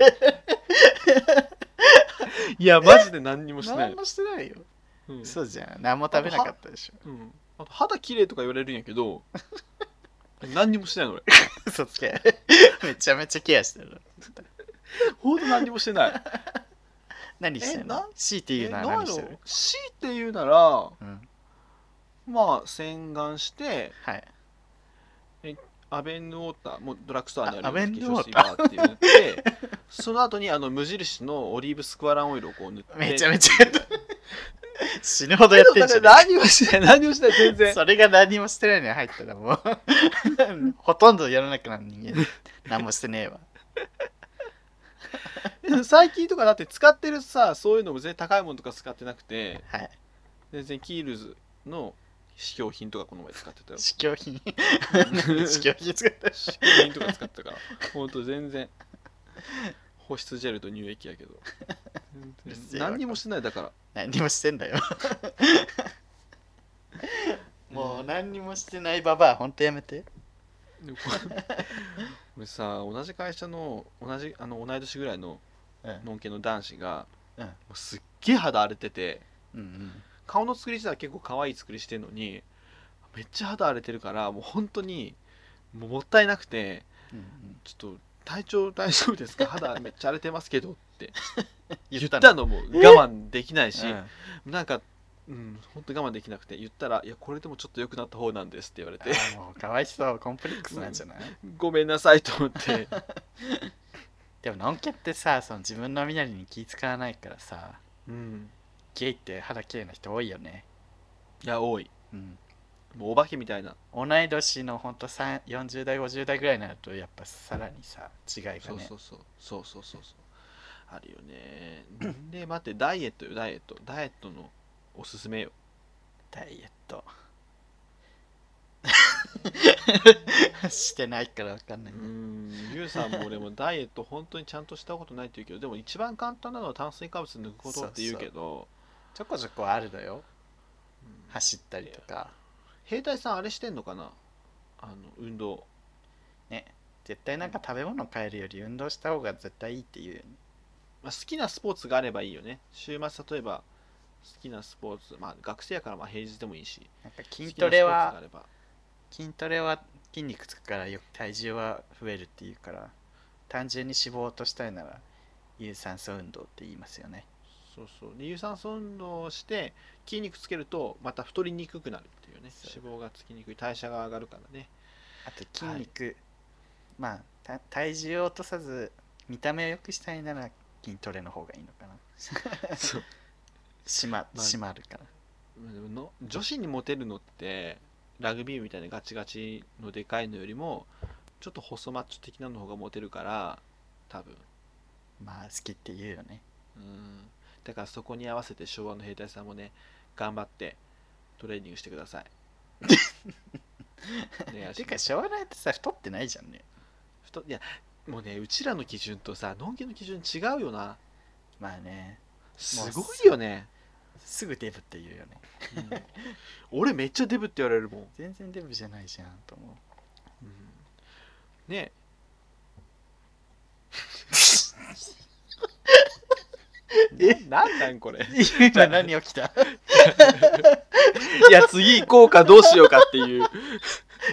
Speaker 1: いいやマジで何にもしてない
Speaker 2: 何、もしてないよ、
Speaker 1: うん
Speaker 2: そうじゃん何も食べなかったでし
Speaker 1: うんあと肌綺麗とか言われるんやけ ど何にもしてないの俺
Speaker 2: ょ嘘つけめちゃめちゃケアしてる
Speaker 1: ほんと何にもしてない
Speaker 2: 何して
Speaker 1: え
Speaker 2: ん
Speaker 1: な
Speaker 2: の強いて言うなら何してる
Speaker 1: C って言うなら
Speaker 2: うん
Speaker 1: まあ洗顔して
Speaker 2: はい
Speaker 1: アベンヌウォーターもうドラッグストアにある
Speaker 2: あアベンヌウォータ
Speaker 1: ーっていうのってその後にあの無印のオリーブスクワランオイルをこう塗って
Speaker 2: めちゃめちゃやった死ぬほどやってんじゃない
Speaker 1: 何もしない何もしない全然
Speaker 2: それが何もしてないのに入ったらもう ほとんどやらなくなる人間何もしてねえわ
Speaker 1: 最近とかだって使ってるさそういうのも全然高いものとか使ってなくて
Speaker 2: はい
Speaker 1: 全然キールズの試供品とかこの前使ってたよ
Speaker 2: 試供品 試供品作った
Speaker 1: 試供品とか使ったからほんと全然保湿ジェルと乳液やけど
Speaker 2: うるせえわ
Speaker 1: 何にもしてないだから
Speaker 2: 何にもしてんだよ もう何にもしてないババアほんとやめて
Speaker 1: でこれ俺さ同じ会社の同じあの同い年ぐらいの
Speaker 2: うん
Speaker 1: のんけの男子が、
Speaker 2: うん
Speaker 1: もうすっげえ肌荒れてて
Speaker 2: うん
Speaker 1: 顔の作り自体は結構可愛い作りしてるのにめっちゃ肌荒れてるからもう本当にもうもったいなくて
Speaker 2: うんうん
Speaker 1: ちょっと体調大丈夫ですか肌めっちゃ荒れてますけどって言
Speaker 2: 言
Speaker 1: っ
Speaker 2: った
Speaker 1: た
Speaker 2: の
Speaker 1: のもう我慢できないし、
Speaker 2: うん
Speaker 1: なんかうん本当我慢できなくて言ったら「いやこれでもちょっと良くなった方なんです」って言われて
Speaker 2: あもうかわいそうコンプレックスなんじゃない、
Speaker 1: 「 ごめんなさい」と思って
Speaker 2: でものんけってさその自分の身なりに気使わないからさ
Speaker 1: うん
Speaker 2: ゲイって肌綺麗な人多いよね
Speaker 1: いや多い
Speaker 2: うん
Speaker 1: もうお化けみたいな、
Speaker 2: 同い年のほんとさん40代50代ぐらいになるとやっぱさらにさ違いがね
Speaker 1: そうそうそうそうそうそうそうあるよねで待ってダイエットよダイエットダイエットのおすすめよ
Speaker 2: ダイエット してないからわかん
Speaker 1: う
Speaker 2: ない、
Speaker 1: んゆうさんも 俺もダイエット本当にちゃんとしたことないって言うけどでも一番簡単なのは炭水化物抜くことって言うけど
Speaker 2: ちょこちょこあるのよ
Speaker 1: うん
Speaker 2: 走ったりとか
Speaker 1: 兵隊さんあれしてんのかなあの運動
Speaker 2: 絶対なんか食べ物変えるより運動した方が絶対いいっていうよね
Speaker 1: まあ、好きなスポーツがあればいいよね週末例えば好きなスポーツまあ学生やからまあ平日でもいいし
Speaker 2: なんか筋トレ
Speaker 1: 好きなスポーツがあ
Speaker 2: は
Speaker 1: れば
Speaker 2: 筋トレは筋肉つくからよく体重は増えるっていうから単純に脂肪を落としたいなら有酸素運動って言いますよね
Speaker 1: そうそうで有酸素運動をして筋肉つけるとまた太りにくくなるっていうね
Speaker 2: そ
Speaker 1: 脂肪がつきにくい代謝が上がるからね
Speaker 2: あと筋肉、まあた体重を落とさず見た目を良くしたいなら筋トレの方がいいのかな
Speaker 1: そう
Speaker 2: 締ま
Speaker 1: まあ
Speaker 2: 締まるから
Speaker 1: の女子にモテるのってラグビーみたいなガチガチのでかいのよりもちょっと細マッチョ的なの方がモテるから多分
Speaker 2: まあ好きって言うよね
Speaker 1: うんだからそこに合わせて昭和の兵隊さんもね頑張ってトレーニングしてくだ さいお願い
Speaker 2: て
Speaker 1: し
Speaker 2: か
Speaker 1: ます
Speaker 2: しょうがないってさ太ってないじゃんね
Speaker 1: 太いやもうねうちらの基準とさのんきの基準違うよな
Speaker 2: まあね
Speaker 1: すごいよね
Speaker 2: すぐデブって言うよね
Speaker 1: 俺めっちゃデブって言われるもん、
Speaker 2: 全然デブじゃないじゃんと思 う
Speaker 1: ね
Speaker 2: え
Speaker 1: なんなんこれ
Speaker 2: 今何起きた
Speaker 1: いや次行こうかどうしようかっていう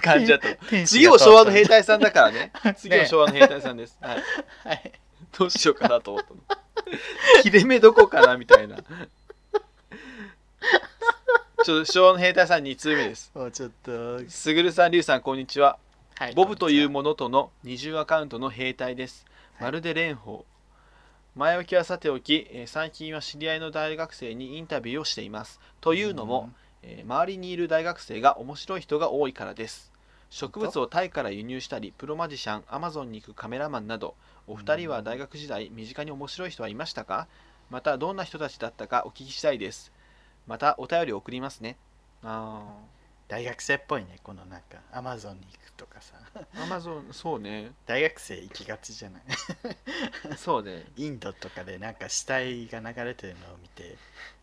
Speaker 1: 感じだった 次を昭和の兵隊さんだから ね次は昭和の兵隊さんです、はい、
Speaker 2: はい
Speaker 1: どうしようかなと思ったの切れ目どこかなみたいな ちょっと昭和の兵隊さん2通目です
Speaker 2: もうちょっと
Speaker 1: すぐるさんりゅうさんこんにちは
Speaker 2: はい
Speaker 1: ボブという
Speaker 2: こんに
Speaker 1: ものとの二重アカウントの兵隊です。
Speaker 2: はい
Speaker 1: まるで蓮舫。前置きはさておき、えー最近は知り合いの大学生にインタビューをしています。というのも、えー周りにいる大学生が面白い人が多いからです。植物をタイから輸入したり、プロマジシャン、アマゾンに行くカメラマンなど、お二人は大学時代、身近に面白い人はいましたかまた、どんな人たちだったかお聞きしたいです。また、お便りを送りますね。あ
Speaker 2: 大学生っぽいねこのなんかアマゾンに行くとかさ
Speaker 1: あ、アマゾン、そうね。
Speaker 2: 大学生行きがちじゃない
Speaker 1: そうね。
Speaker 2: インドとかでなんか死体が流れてるのを見て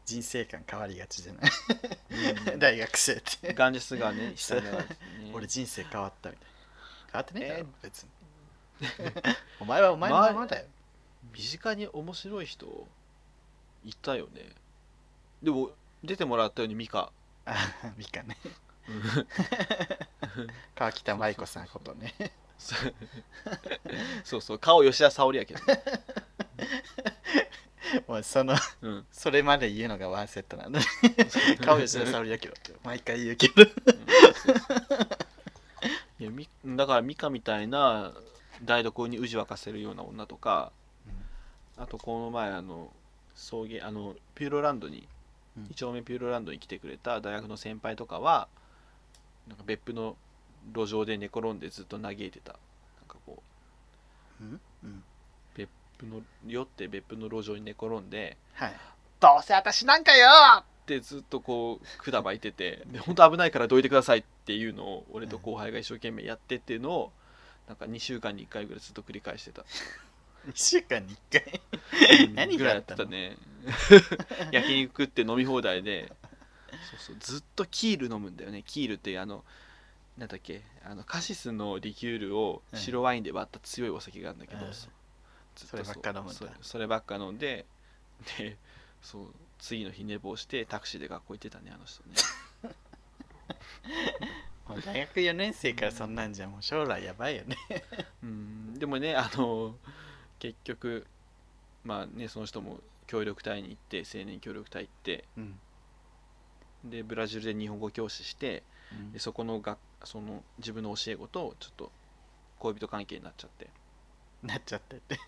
Speaker 2: 人生観変わりがちじゃない
Speaker 1: うん
Speaker 2: 大学生って
Speaker 1: ガンジス川ね、
Speaker 2: そ
Speaker 1: 下
Speaker 2: う
Speaker 1: 流れてね
Speaker 2: 俺人生変わったみたいな変わってねえだろ
Speaker 1: えー
Speaker 2: 別に お前はお前のままだよ
Speaker 1: 身近に面白い人いたよね。でも出てもらったようにミカ。
Speaker 2: あみかね川北舞子さんことね
Speaker 1: そう そうそう顔吉田沙保里やけど、ね。
Speaker 2: もうその
Speaker 1: うん。
Speaker 2: それまで言うのがワンセットなん だね
Speaker 1: 顔
Speaker 2: 顔
Speaker 1: 吉田沙保里。
Speaker 2: 吉田沙保里だけどって毎回言うけど
Speaker 1: いやミうんだからミカみたいな台所にうじ沸かせるような女とかあとこの前あの送迎あのピューロランドに
Speaker 2: うん
Speaker 1: 2丁目ピューロランドに来てくれた大学の先輩とかはなんか別府の路上で寝転んでずっと嘆いてたなんかこ
Speaker 2: うんうん
Speaker 1: う別府の酔って別府の路上に寝転んで
Speaker 2: はい
Speaker 1: 「どうせ私なんかよ!」ってずっとこうくだばいててで本当危ないからどいてくださいっていうのを俺と後輩が一生懸命やってっていうのをなんか2週間に1回ぐらいずっと繰り返してた
Speaker 2: 2週間に1回 何
Speaker 1: ぐ
Speaker 2: が
Speaker 1: らい
Speaker 2: あ
Speaker 1: やっ
Speaker 2: ってた
Speaker 1: た
Speaker 2: の
Speaker 1: ね 焼肉食って飲み放題でそうそうずっとキール飲むんだよねキールっていうあのなんだっけあのカシスのリキュールを白ワインで割った強いお酒があるんだけど、
Speaker 2: うん
Speaker 1: そうずと
Speaker 2: そればっか飲むんだ
Speaker 1: そうそればっか飲んででそう次の日寝坊してタクシーで学校行ってたねあの人ね
Speaker 2: もう大学4年生からそんなんじゃもう将来やばいよね
Speaker 1: うんでもねあの結局まあねその人も協力隊に行って青年協力隊行って
Speaker 2: うん、
Speaker 1: でブラジルで日本語教師して
Speaker 2: うん
Speaker 1: でそこのがその自分の教え子とちょっと恋人関係になっちゃって、
Speaker 2: なっちゃってって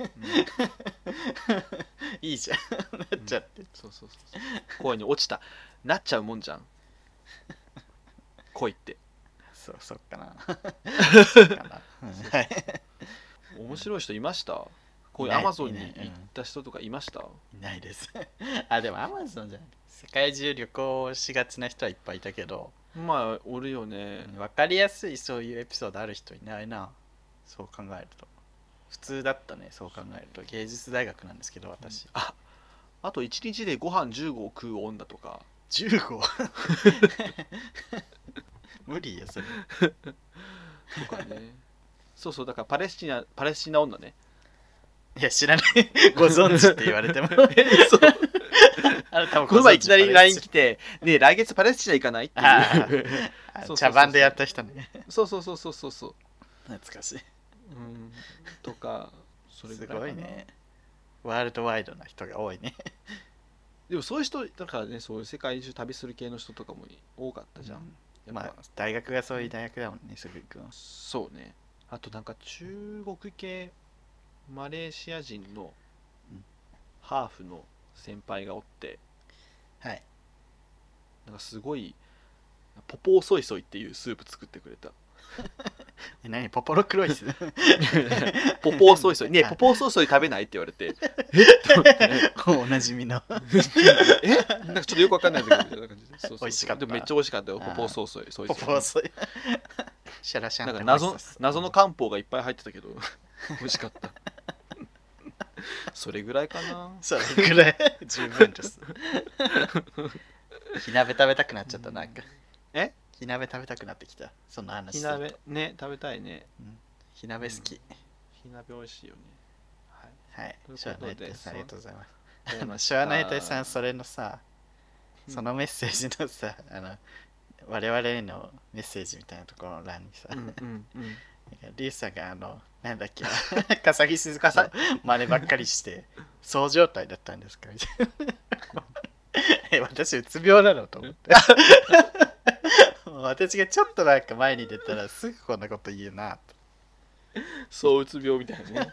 Speaker 2: いいじゃんなっちゃって、
Speaker 1: そうそうそうそう恋に落ちたなっちゃうもんじゃん恋って
Speaker 2: そうそっかな そっかな、うんはい
Speaker 1: 面白い人いましたこういう
Speaker 2: いな
Speaker 1: ア
Speaker 2: い
Speaker 1: マゾンに
Speaker 2: いないうん
Speaker 1: 行った人とかいました
Speaker 2: いないですあでもアマゾンじゃない世界中旅行しがちな人はいっぱいいたけど、
Speaker 1: まあおるよね
Speaker 2: うん、分かりやすいそういうエピソードある人いないなそう考えると普通だったねそう考えると芸術大学なんですけど私、
Speaker 1: ああと1日でご飯15を食う女とか
Speaker 2: 15無理よそれ
Speaker 1: とかねそうそうだからパレスチナパレスチナ女ね
Speaker 2: いや知らないご存知って言われても
Speaker 1: そう
Speaker 2: あなたも
Speaker 1: こ
Speaker 2: ご
Speaker 1: の前
Speaker 2: 存
Speaker 1: い
Speaker 2: 知
Speaker 1: きなり LINE
Speaker 2: パレス
Speaker 1: 来て「ねえ来月パレスチナ行かない?」っていう
Speaker 2: あ
Speaker 1: そうそうそう
Speaker 2: 茶番でやった人ね
Speaker 1: そうそうそうそうそうそう
Speaker 2: 懐かしい
Speaker 1: うんとかそれ
Speaker 2: す
Speaker 1: ぐらいかな
Speaker 2: ご
Speaker 1: い
Speaker 2: ねワールドワイドな人が多いね
Speaker 1: でもそういう人だからねそういう世界中旅する系の人とかも多かったじゃん、やっぱ
Speaker 2: まあ大学がそういう大学だもんねすぐ行くの
Speaker 1: そうねあとなんか中国系マレーシア人の
Speaker 2: うん
Speaker 1: ハーフの先輩がおって
Speaker 2: はい
Speaker 1: なんかすごいポポーソイソイっていうスープ作ってくれ た
Speaker 2: え何ポポロクロイス
Speaker 1: ポポーソイソイねえ
Speaker 2: はい
Speaker 1: ポポーソイソイ食べないって言われて
Speaker 2: おなじみの
Speaker 1: えなんかちょっとよくわかんないんだけどみたいな感じでそうそうそう
Speaker 2: 美味しかった
Speaker 1: でもめっちゃ美味しかったよ
Speaker 2: あ
Speaker 1: ポ
Speaker 2: ー
Speaker 1: ポーソイソイソイソ
Speaker 2: ポ
Speaker 1: イ
Speaker 2: ポソイシャラシャン
Speaker 1: なん
Speaker 2: って
Speaker 1: か
Speaker 2: 美
Speaker 1: 謎
Speaker 2: 味しそう
Speaker 1: 謎の漢方がいっぱい入ってたけど美味しかったそれぐらいかな
Speaker 2: それくらい十分です。 火鍋食べたくなっちゃった、なんか。
Speaker 1: え
Speaker 2: 火鍋食べたくなってきた。その話
Speaker 1: 火
Speaker 2: すると
Speaker 1: 鍋ね食べたいね
Speaker 2: 火鍋好き。
Speaker 1: 火鍋美味しいよねはい
Speaker 2: はい
Speaker 1: とい。うことで
Speaker 2: シュア
Speaker 1: そ
Speaker 2: ナイトイさん、あ
Speaker 1: う
Speaker 2: りがとうございます。あの、シュアナイトイさん、それのさ、
Speaker 1: うん
Speaker 2: そのメッセージのさ、あの、我々へのメッセージみたいなところの欄にさ、
Speaker 1: うん
Speaker 2: なんか
Speaker 1: うんうん
Speaker 2: リュウさんがあの、なんだっけ、 笠木鈴子さん、真似ばっかりして、そう状態だったんですか みたいな。え、私、うつ病なのと 思って。もう私がちょっとなんか前に出たらすぐこんなこと言うなと。
Speaker 1: そううつ病みたいなね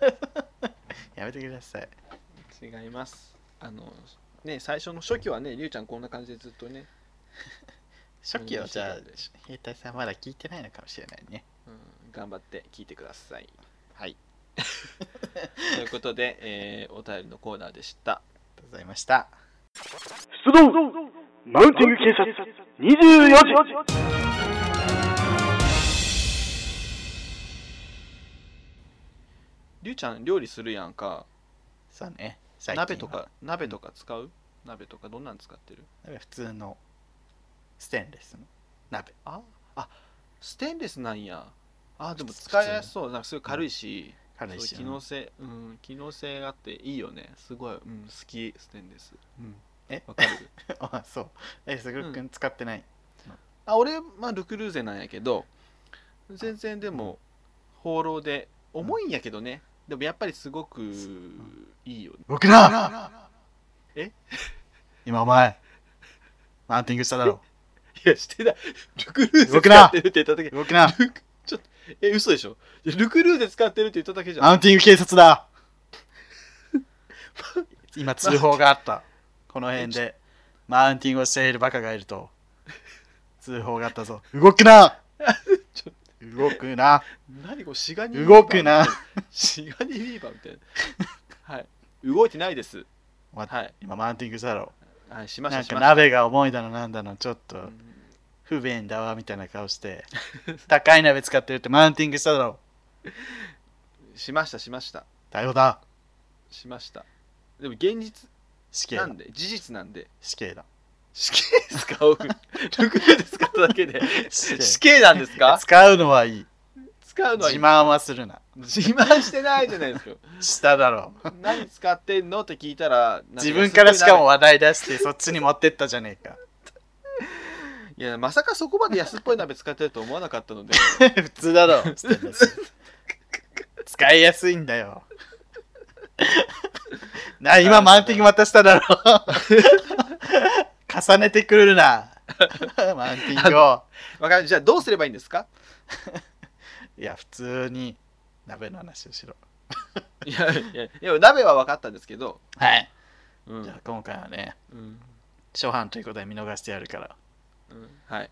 Speaker 2: やめてください。
Speaker 1: 違いますあのね最初の初期はねりゅうちゃんこんな感じでずっとね、
Speaker 2: 初期をじゃあ
Speaker 1: うんいいです、
Speaker 2: 兵隊さんまだ聞いてないのかもしれないね。
Speaker 1: うん、頑張って聞いてくださいはい ということで、えーお便りのコーナーでした
Speaker 2: ありがとうございました。
Speaker 3: 出動マウンティング警察24時
Speaker 1: りゅうちゃん料理するやんか
Speaker 2: そうね。最近は
Speaker 1: 鍋とか鍋とか使う鍋とかどんなん使ってる
Speaker 2: 鍋普通のステンレスの鍋。
Speaker 1: ああステンレスなんやあでも使いやすそうなんかすごい軽いし、
Speaker 2: 軽い
Speaker 1: そ
Speaker 2: し
Speaker 1: ういう機能性うん機能性があっていいよねすごい、うん、好きステンレスうん
Speaker 2: え
Speaker 1: わかる
Speaker 2: あ、そう。え、すぐくん使ってない。
Speaker 1: あ俺まあルクルーゼなんやけど全然でも放浪で重いんやけどね、でもやっぱりすごくいいよね
Speaker 2: 僕な
Speaker 1: え
Speaker 2: 今お前、マウンティングしただろ。
Speaker 1: いやしてないルクルーゼ
Speaker 2: 動くな
Speaker 1: 使ってるって言った時
Speaker 2: 僕な
Speaker 1: ルクちょっとえ、嘘でしょルクルーで使ってるって言っただけじゃん。
Speaker 2: マウンティング警 察だ今通報があったこの辺でマウンティングをしているバカがい ると通報があったぞ動くな
Speaker 1: ちょ
Speaker 2: 動くな
Speaker 1: 何これ、シガニ
Speaker 2: 動くな
Speaker 1: ビーバーみたい。シガニビーバーみたいな。 はい。動いてないです。
Speaker 2: わ
Speaker 1: はい。
Speaker 2: 今マウンティングしたろ
Speaker 1: はい、しまし
Speaker 2: な
Speaker 1: た、
Speaker 2: ん
Speaker 1: し
Speaker 2: か
Speaker 1: まし
Speaker 2: 鍋が重いだのなんだのちょっと
Speaker 1: た。
Speaker 2: 不便だわみたいな顔して 高い鍋使ってるってマウンティングしただろ
Speaker 1: しました、しました。
Speaker 2: 逮捕だ
Speaker 1: しました。でも現実
Speaker 2: 死刑
Speaker 1: な
Speaker 2: だ
Speaker 1: んで、事実なんで、
Speaker 2: 死刑だ
Speaker 1: 死刑ですか僕、ルクルーで使っただけで。
Speaker 2: 死
Speaker 1: 死刑なんですか
Speaker 2: 使うのはいい
Speaker 1: 使うのは
Speaker 2: 自慢はするな
Speaker 1: 自慢してないじゃないですか。
Speaker 2: しただろ
Speaker 1: 何使ってんのって聞いたら、なん
Speaker 2: 自分からしかも。話題出してそっちに持ってったじゃねえか
Speaker 1: いや、まさかそこまで安っぽい鍋使ってると思わなかったので、
Speaker 2: 普通だろステンレス使いやすいんだよな今マウンティングまたしただろ重ねてくるなマウンティングを
Speaker 1: わかるじゃあどうすればいいんですか
Speaker 2: いや普通に鍋の話をしろ
Speaker 1: いや、いや、いや鍋は分かったんですけど、
Speaker 2: はい、
Speaker 1: うん
Speaker 2: じゃあ今回はね
Speaker 1: うん
Speaker 2: 初犯ということで見逃してやるから
Speaker 1: うんはい。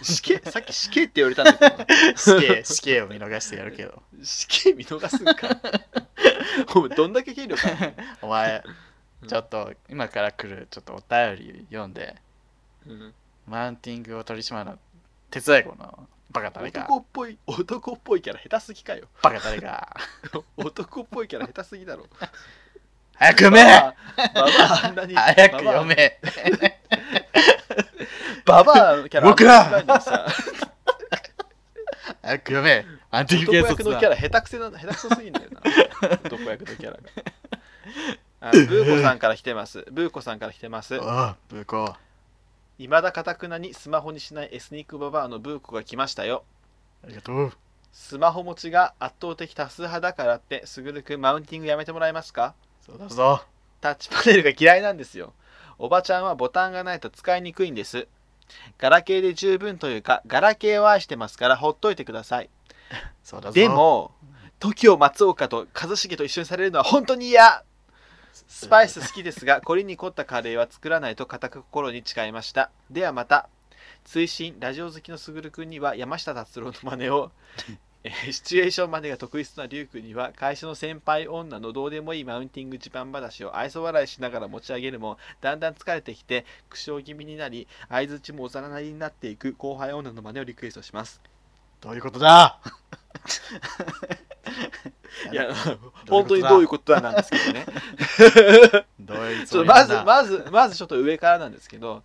Speaker 1: 死刑、さっき死刑って言われたんだけどな、
Speaker 2: 死刑死刑を見逃してやるけど
Speaker 1: 死刑見逃すんか。お前、どんだけ権力ある
Speaker 2: お前
Speaker 1: うん
Speaker 2: ちょっと今から来るちょっとお便り読んで
Speaker 1: うん
Speaker 2: マウンティングを取り締まるの手伝いこのバカ誰か
Speaker 1: 男っぽい、男っぽいキャラ下手すぎかよ。
Speaker 2: バカ誰か
Speaker 1: 男っぽいキャラ下手すぎだろ。
Speaker 2: 早く読め
Speaker 1: ババアババアあんなに。
Speaker 2: 早く読め
Speaker 1: ババア。ババアキャラ
Speaker 2: 僕ら
Speaker 1: あんなにさ
Speaker 2: 早く読めマウンティング
Speaker 1: 男
Speaker 2: 警
Speaker 1: 役
Speaker 2: 察
Speaker 1: のキャ
Speaker 2: だ
Speaker 1: ラ下手くせな下手くそすぎんだよな男役のキャラがあブーコさんから来てますブーコさんから来てます
Speaker 2: おうブーコあ
Speaker 1: 未だかたくなにスマホにしないエスニックババアのブーコが来ましたよ
Speaker 2: りがとう
Speaker 1: スマホ持ちが圧倒的多数派だからってすぐるくんマウンティングやめてもらえますか
Speaker 2: そうだぞ
Speaker 1: タッチパネルが嫌いなんですよおばちゃんはボタンがないと使いにくいんですガラケーで十分というかガラケーを愛してますからほっといてください
Speaker 2: そうだぞ
Speaker 1: でも TOKIO 松岡と一茂と一緒にされるのは本当に嫌スパイス好きですが、これに凝ったカレーは作らないと固く心に誓いました。ではまた、追伸ラジオ好きのすぐるくんには山下達郎の真似を、えーシチュエーション真似が得意そうなりゅうくんには、会社の先輩女のどうでもいいマウンティング地盤話を愛想笑いしながら持ち上げるも、だんだん疲れてきて、苦笑気味になり、相づちもおざらなりになっていく後輩女の真似をリクエストします。
Speaker 2: どういうことだ
Speaker 1: いや、
Speaker 2: どういうことだ
Speaker 1: 本当にどういうことだなんですけどね。
Speaker 2: どういう
Speaker 1: ちょっとまずまずまずちょっと上からなんですけど、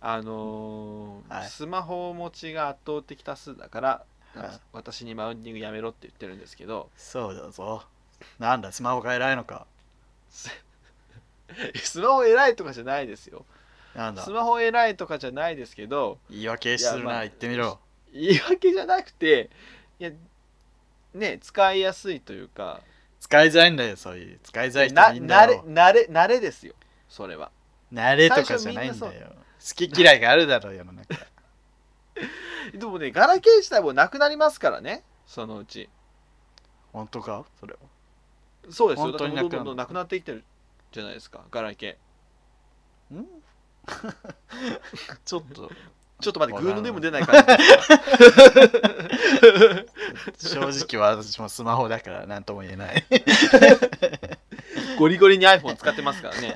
Speaker 1: あのー
Speaker 2: はい
Speaker 1: スマホ持ちが圧倒的多数だから、
Speaker 2: はい
Speaker 1: 私にマウンティングやめろって言ってるんですけど
Speaker 2: そうだぞなんだスマホが偉いのか
Speaker 1: スマホ偉いとかじゃないですよ
Speaker 2: なんだ
Speaker 1: スマホ偉いとかじゃないですけど
Speaker 2: 言い訳する
Speaker 1: いやまあ
Speaker 2: な言ってみろ
Speaker 1: 言い訳じゃなくていやね使いやすいというか
Speaker 2: 使いづらいんだよそういう使いづらい人
Speaker 1: な
Speaker 2: はいいんだ
Speaker 1: 慣れ
Speaker 2: よ
Speaker 1: 慣れ慣れですよそれは
Speaker 2: 慣れとかじゃないん
Speaker 1: 最初
Speaker 2: だ
Speaker 1: みん
Speaker 2: よ好き嫌いがあるだろう世の中
Speaker 1: でもねガラケー自体もなくなりますからねそのうち
Speaker 2: 本当かそれは
Speaker 1: そうですよ
Speaker 2: 本当に
Speaker 1: だってもうど
Speaker 2: なくな
Speaker 1: んどんなくな
Speaker 2: る
Speaker 1: ってきてるじゃないですかガラケー
Speaker 2: ちょっと
Speaker 1: ちょっと待って、
Speaker 2: わ
Speaker 1: グー
Speaker 2: から
Speaker 1: の
Speaker 2: ない
Speaker 1: 音も出ない感じ。
Speaker 2: 正直は私もスマホだから何とも言えな い
Speaker 1: ゴリゴリに iPhone 使ってますからね。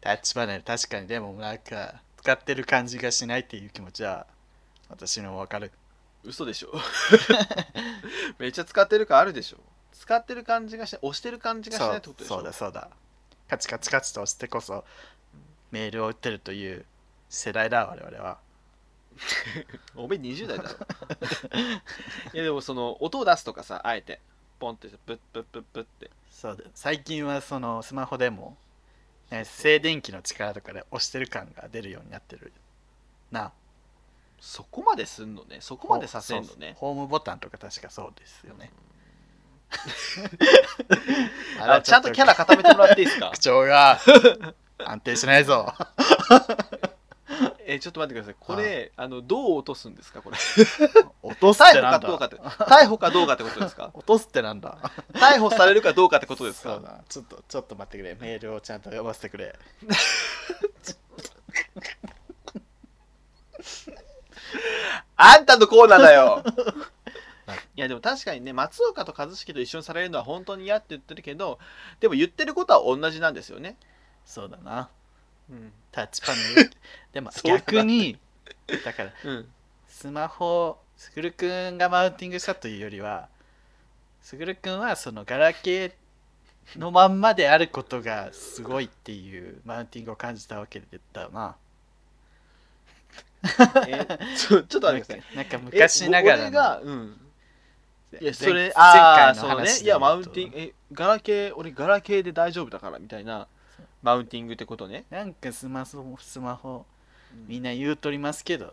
Speaker 2: タッチパネル確かにでもなんか使ってる感じがしないっていう気持ちは私のわかる
Speaker 1: 嘘でしょ。めっちゃ使ってる感あるでしょ。使ってる感じがしない、押してる感じがし
Speaker 2: そ
Speaker 1: ないっ
Speaker 2: う
Speaker 1: てことでしょ。
Speaker 2: そうだそうだカチカチカチと押してこそメールを打ってるという世代だ我々は
Speaker 1: おめえ20代だ ろ。いやでもその、音を出すとかさ、あえて、ポンって、プップップップッって。
Speaker 2: そうだ最近はそのスマホでも、ね、静電気の力とかで押してる感が出るようになってるな
Speaker 1: そこまですんのね。そこまでさせんのね。
Speaker 2: ホームボタンとか確かそうですよね
Speaker 1: あちゃんとキャラ固めてもらっていいですか
Speaker 2: 口調が安定しないぞ
Speaker 1: えちょっと待ってくださいこれあのどう落とすんです かこれ
Speaker 2: 落とすっ
Speaker 1: 逮
Speaker 2: て
Speaker 1: 捕
Speaker 2: な
Speaker 1: か
Speaker 2: ん
Speaker 1: どうかっ
Speaker 2: だ
Speaker 1: て 逮捕かどうかってことですか
Speaker 2: 落とすってなんだ
Speaker 1: 逮捕されるかどうかってことです
Speaker 2: そう
Speaker 1: か
Speaker 2: だちょっとちょっと待ってくれメールをちゃんと読ませてくれ
Speaker 1: あんたのコーナーだ よいやでも確かにね松岡と一茂と一緒にされるのは本当に嫌って言ってるけどでも言ってることは同じなんですよね、
Speaker 2: そうだな
Speaker 1: うん
Speaker 2: タッチパ ネルでも
Speaker 1: そうだな
Speaker 2: 逆にだから
Speaker 1: うん、
Speaker 2: スマホすぐるくんがマウンティングしたというよりはすぐるくんはそのガラケーのまんまであることがすごいっていうマウンティングを感じたわけだよな
Speaker 1: えちょちょっと待
Speaker 2: な
Speaker 1: っ
Speaker 2: ん
Speaker 1: てください
Speaker 2: かなんか 昔なが
Speaker 1: え
Speaker 2: ら
Speaker 1: 俺
Speaker 2: の
Speaker 1: が、うん、いや
Speaker 2: 前
Speaker 1: それ
Speaker 2: 前
Speaker 1: ああ
Speaker 2: 回の
Speaker 1: そうね
Speaker 2: 話
Speaker 1: い
Speaker 2: で言うと
Speaker 1: やマウンティングえガラケー俺ガラケーで大丈夫だからみたいな
Speaker 2: そう
Speaker 1: マウンティングってことね、
Speaker 2: なんかスマホスマホみん
Speaker 1: な
Speaker 2: な言うとりますけど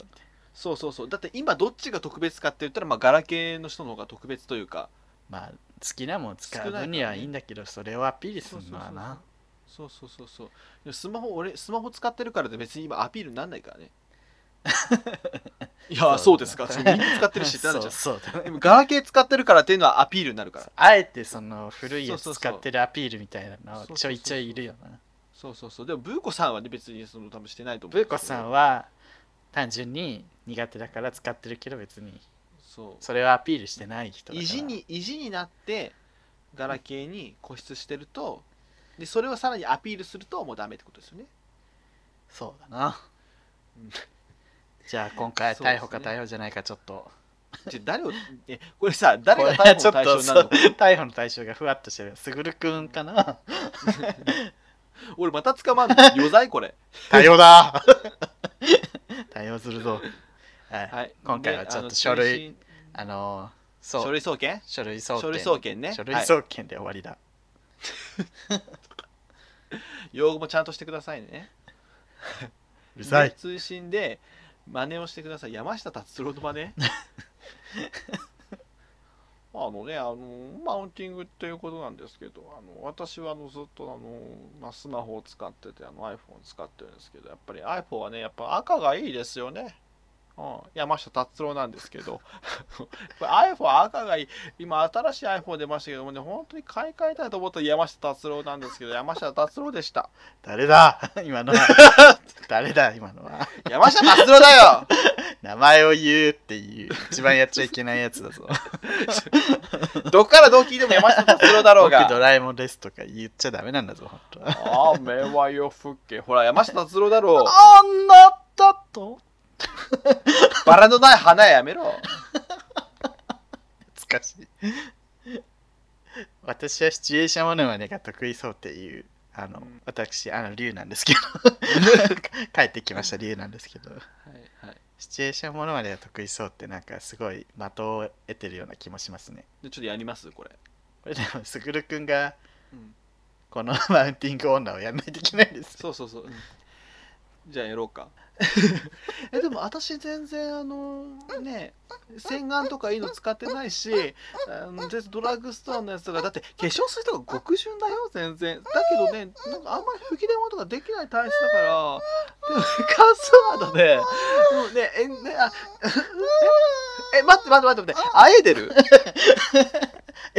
Speaker 1: そうそうそうだって今どっちが特別かって言ったらまあガラケーの人の方が特別というか
Speaker 2: まあ好きなもん使う
Speaker 1: 少ないから
Speaker 2: 分
Speaker 1: ね
Speaker 2: にはいいんだけどそれをアピールす
Speaker 1: そう
Speaker 2: るのはな
Speaker 1: そうそうそうそうでもスマホ俺スマホ使ってるからで別に今アピールになんないから ねいやそうですかそうみんな使ってるしってなるじゃん
Speaker 2: そうそうだね
Speaker 1: でもガラケー使ってるからっていうのはアピールになるから
Speaker 2: あえてその古い
Speaker 1: そ
Speaker 2: や
Speaker 1: う
Speaker 2: つ
Speaker 1: そうそ
Speaker 2: 使
Speaker 1: う
Speaker 2: ってるアピールみたいなのをちょいちょいいるよな
Speaker 1: そうそうそうでもブーコさんはね別にその多分してないと思う
Speaker 2: ブーコさん
Speaker 1: は
Speaker 2: は単純に苦手だから使ってるけど別に
Speaker 1: そう
Speaker 2: それはアピールしてない人だから
Speaker 1: 意地に意地になってガラケーに固執してるとでそれをさらにアピールするともうダメってことですよね
Speaker 2: そうだな
Speaker 1: うん
Speaker 2: じゃあ今回
Speaker 1: そうですね
Speaker 2: 逮捕か逮捕じゃないかちょっと
Speaker 1: じゃあ誰をえこれさ誰が
Speaker 2: これ
Speaker 1: 逮
Speaker 2: は
Speaker 1: 捕
Speaker 2: ちょ
Speaker 1: の
Speaker 2: っ
Speaker 1: 対象
Speaker 2: と
Speaker 1: に
Speaker 2: そ
Speaker 1: な
Speaker 2: う
Speaker 1: るの
Speaker 2: 逮捕の対象がふわっとしてるすぐるくんかな
Speaker 1: 俺また捕まんの余罪これ
Speaker 2: 対応 だ対応するぞはい
Speaker 1: はい
Speaker 2: 今回は
Speaker 1: で
Speaker 2: ちょっと
Speaker 1: あの
Speaker 2: 書類
Speaker 1: 通信
Speaker 2: あのーそう
Speaker 1: 書類送検
Speaker 2: 書類送
Speaker 1: 書類送検ね
Speaker 2: 書類送検で終わりだ、
Speaker 1: はい用語もちゃんとしてくださいね
Speaker 2: うるさい
Speaker 1: 通信で真似をしてください山下達郎の真 似あのねあのマウンティングっていうことなんですけどあの私はあのずっとあの、まあ、スマホを使っててあの iPhone を使ってるんですけどやっぱり iPhone はねやっぱ赤がいいですよね、うん、山下達郎なんですけ どやっぱ iPhone は赤がいい今新しい iPhone 出ましたけどもね本当に買い替えたいと思ったら山下達郎なんですけど山下達郎でした
Speaker 2: 誰だ 今のは 誰だ今のは
Speaker 1: 山下達郎だよ
Speaker 2: 名前を言うっていう一番やっちゃいけないやつだ ぞ
Speaker 1: どっからどう聞いても山下達郎だろう
Speaker 2: 僕ド
Speaker 1: が。
Speaker 2: ラえもんですとか言っちゃダメなんだぞ本当は
Speaker 1: 雨は夜更け。ほら、山下達郎だろ う。
Speaker 2: あんなだと
Speaker 1: バラのない花やめろ。
Speaker 2: 懐かしい私はシチュエーションものまねが得意そうっていうあの、
Speaker 1: うん
Speaker 2: 私あの龍なんですけ ど帰ってきました龍なんですけど
Speaker 1: はいはい。
Speaker 2: シチュエーションものまねが得意そうってなんかすごい的を得てるような気もしますね
Speaker 1: でちょっとやりますこれ。
Speaker 2: これでもすぐるくんが
Speaker 1: うん
Speaker 2: このマウンティング女をやんないといけないです
Speaker 1: そうそうそう。うんじゃあやろうか。 え、でも私全然あのね、洗顔とかいいの使ってないし、あの全然ドラッグストアのやつとか、だって化粧水とか極潤だよ、全然。だけどね、なんかあんまり吹き出物とかできない体質だから、でも乾燥肌で、もうね、え、ね、あ、 え、待って待って待って待って、あえて る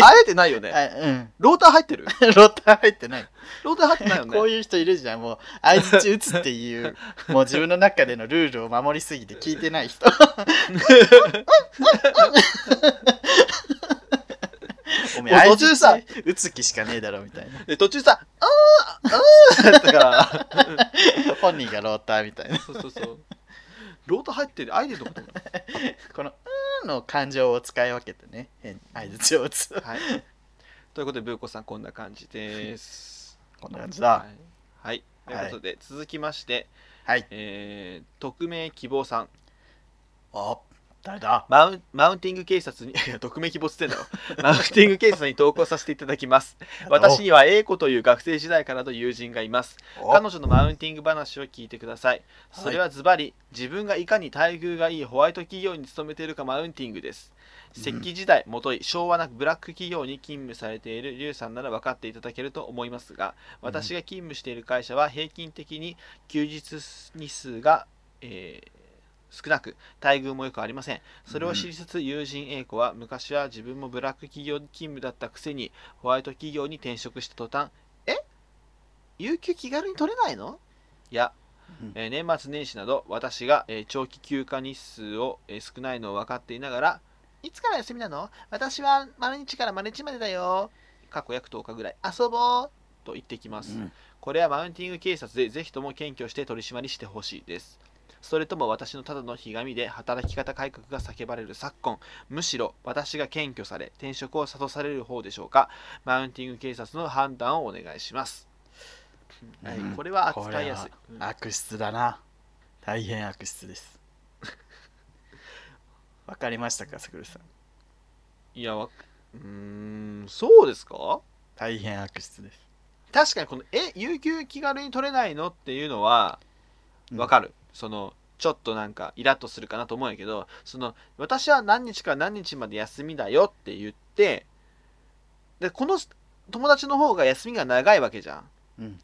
Speaker 1: あえてないよね。
Speaker 2: あうん
Speaker 1: ローター入ってる
Speaker 2: ローター入ってない
Speaker 1: ローター入ってないよね。
Speaker 2: こういう人いるじゃんもう相づち打つっていうもう自分の中でのルールを守りすぎて聞いてな い人おめえ
Speaker 1: もう途中さ
Speaker 2: 相槌打つ気しかねえだろみたいな
Speaker 1: で途中さ、あーあーだったから。
Speaker 2: 本人がローターみたいな
Speaker 1: そうそうそう。ロード入ってる、アイデンのこと思う
Speaker 2: この「うん」の感情を使い分けてね変相づちを打つ
Speaker 1: はい。ということで、ブーコさん、こんな感じです。
Speaker 2: こんな感じだ
Speaker 1: はい。はい。ということで、続きまして、
Speaker 2: はい
Speaker 1: えー、匿名希望さん。
Speaker 2: お誰だ
Speaker 1: マウンマウンティング警察に、いや、匿名希望っつってんだろ。マウンティング警察に投稿させていただき ます。私には A 子という学生時代からの友人がいます。
Speaker 2: お
Speaker 1: 彼女のマウンティング話を聞いてくださいそれはズバリ自分がいかに待遇がいいホワイト企業に勤めているかマウンティングです
Speaker 2: うん
Speaker 1: 石器時代もとい昭和なブラック企業に勤務されているリュウさんなら分かっていただけると思いますが私が勤務している会社は平均的に休日日数がえー少なく待遇もよくありませんそれを知りつつ友人 A 子は昔は自分もブラック企業に勤務だったくせにホワイト企業に転職した途端え有給気軽に取れないのいや
Speaker 2: うん
Speaker 1: えー年末年始など私が、えー長期休暇日数を、えー少ないのを分かっていながらいつから休みなの私は丸日から丸日までだよ過去約10日ぐらい遊ぼうと言ってきます、
Speaker 2: うん
Speaker 1: これはマウンティング警察でぜひとも検挙して取り締まりしてほしいですそれとも私のただのひがみで働き方改革が叫ばれる昨今むしろ私が検挙され転職を諭される方でしょうかマウンティング警察の判断をお願いします、
Speaker 2: うん
Speaker 1: はい、これは扱いやすい
Speaker 2: こ、悪質だな。大変悪質です。 わかりましたか、さくるさん。
Speaker 1: いやわうーんそうですか
Speaker 2: 大変悪質です。
Speaker 1: 確かにこの「え有給気軽に取れないの?」っていうのは
Speaker 2: うん
Speaker 1: わかる、そのちょっとなんかイラッとするかなと思うんやけどその私は何日から何日まで休みだよって言ってでこの友達の方が休みが長いわけじゃん、
Speaker 2: うん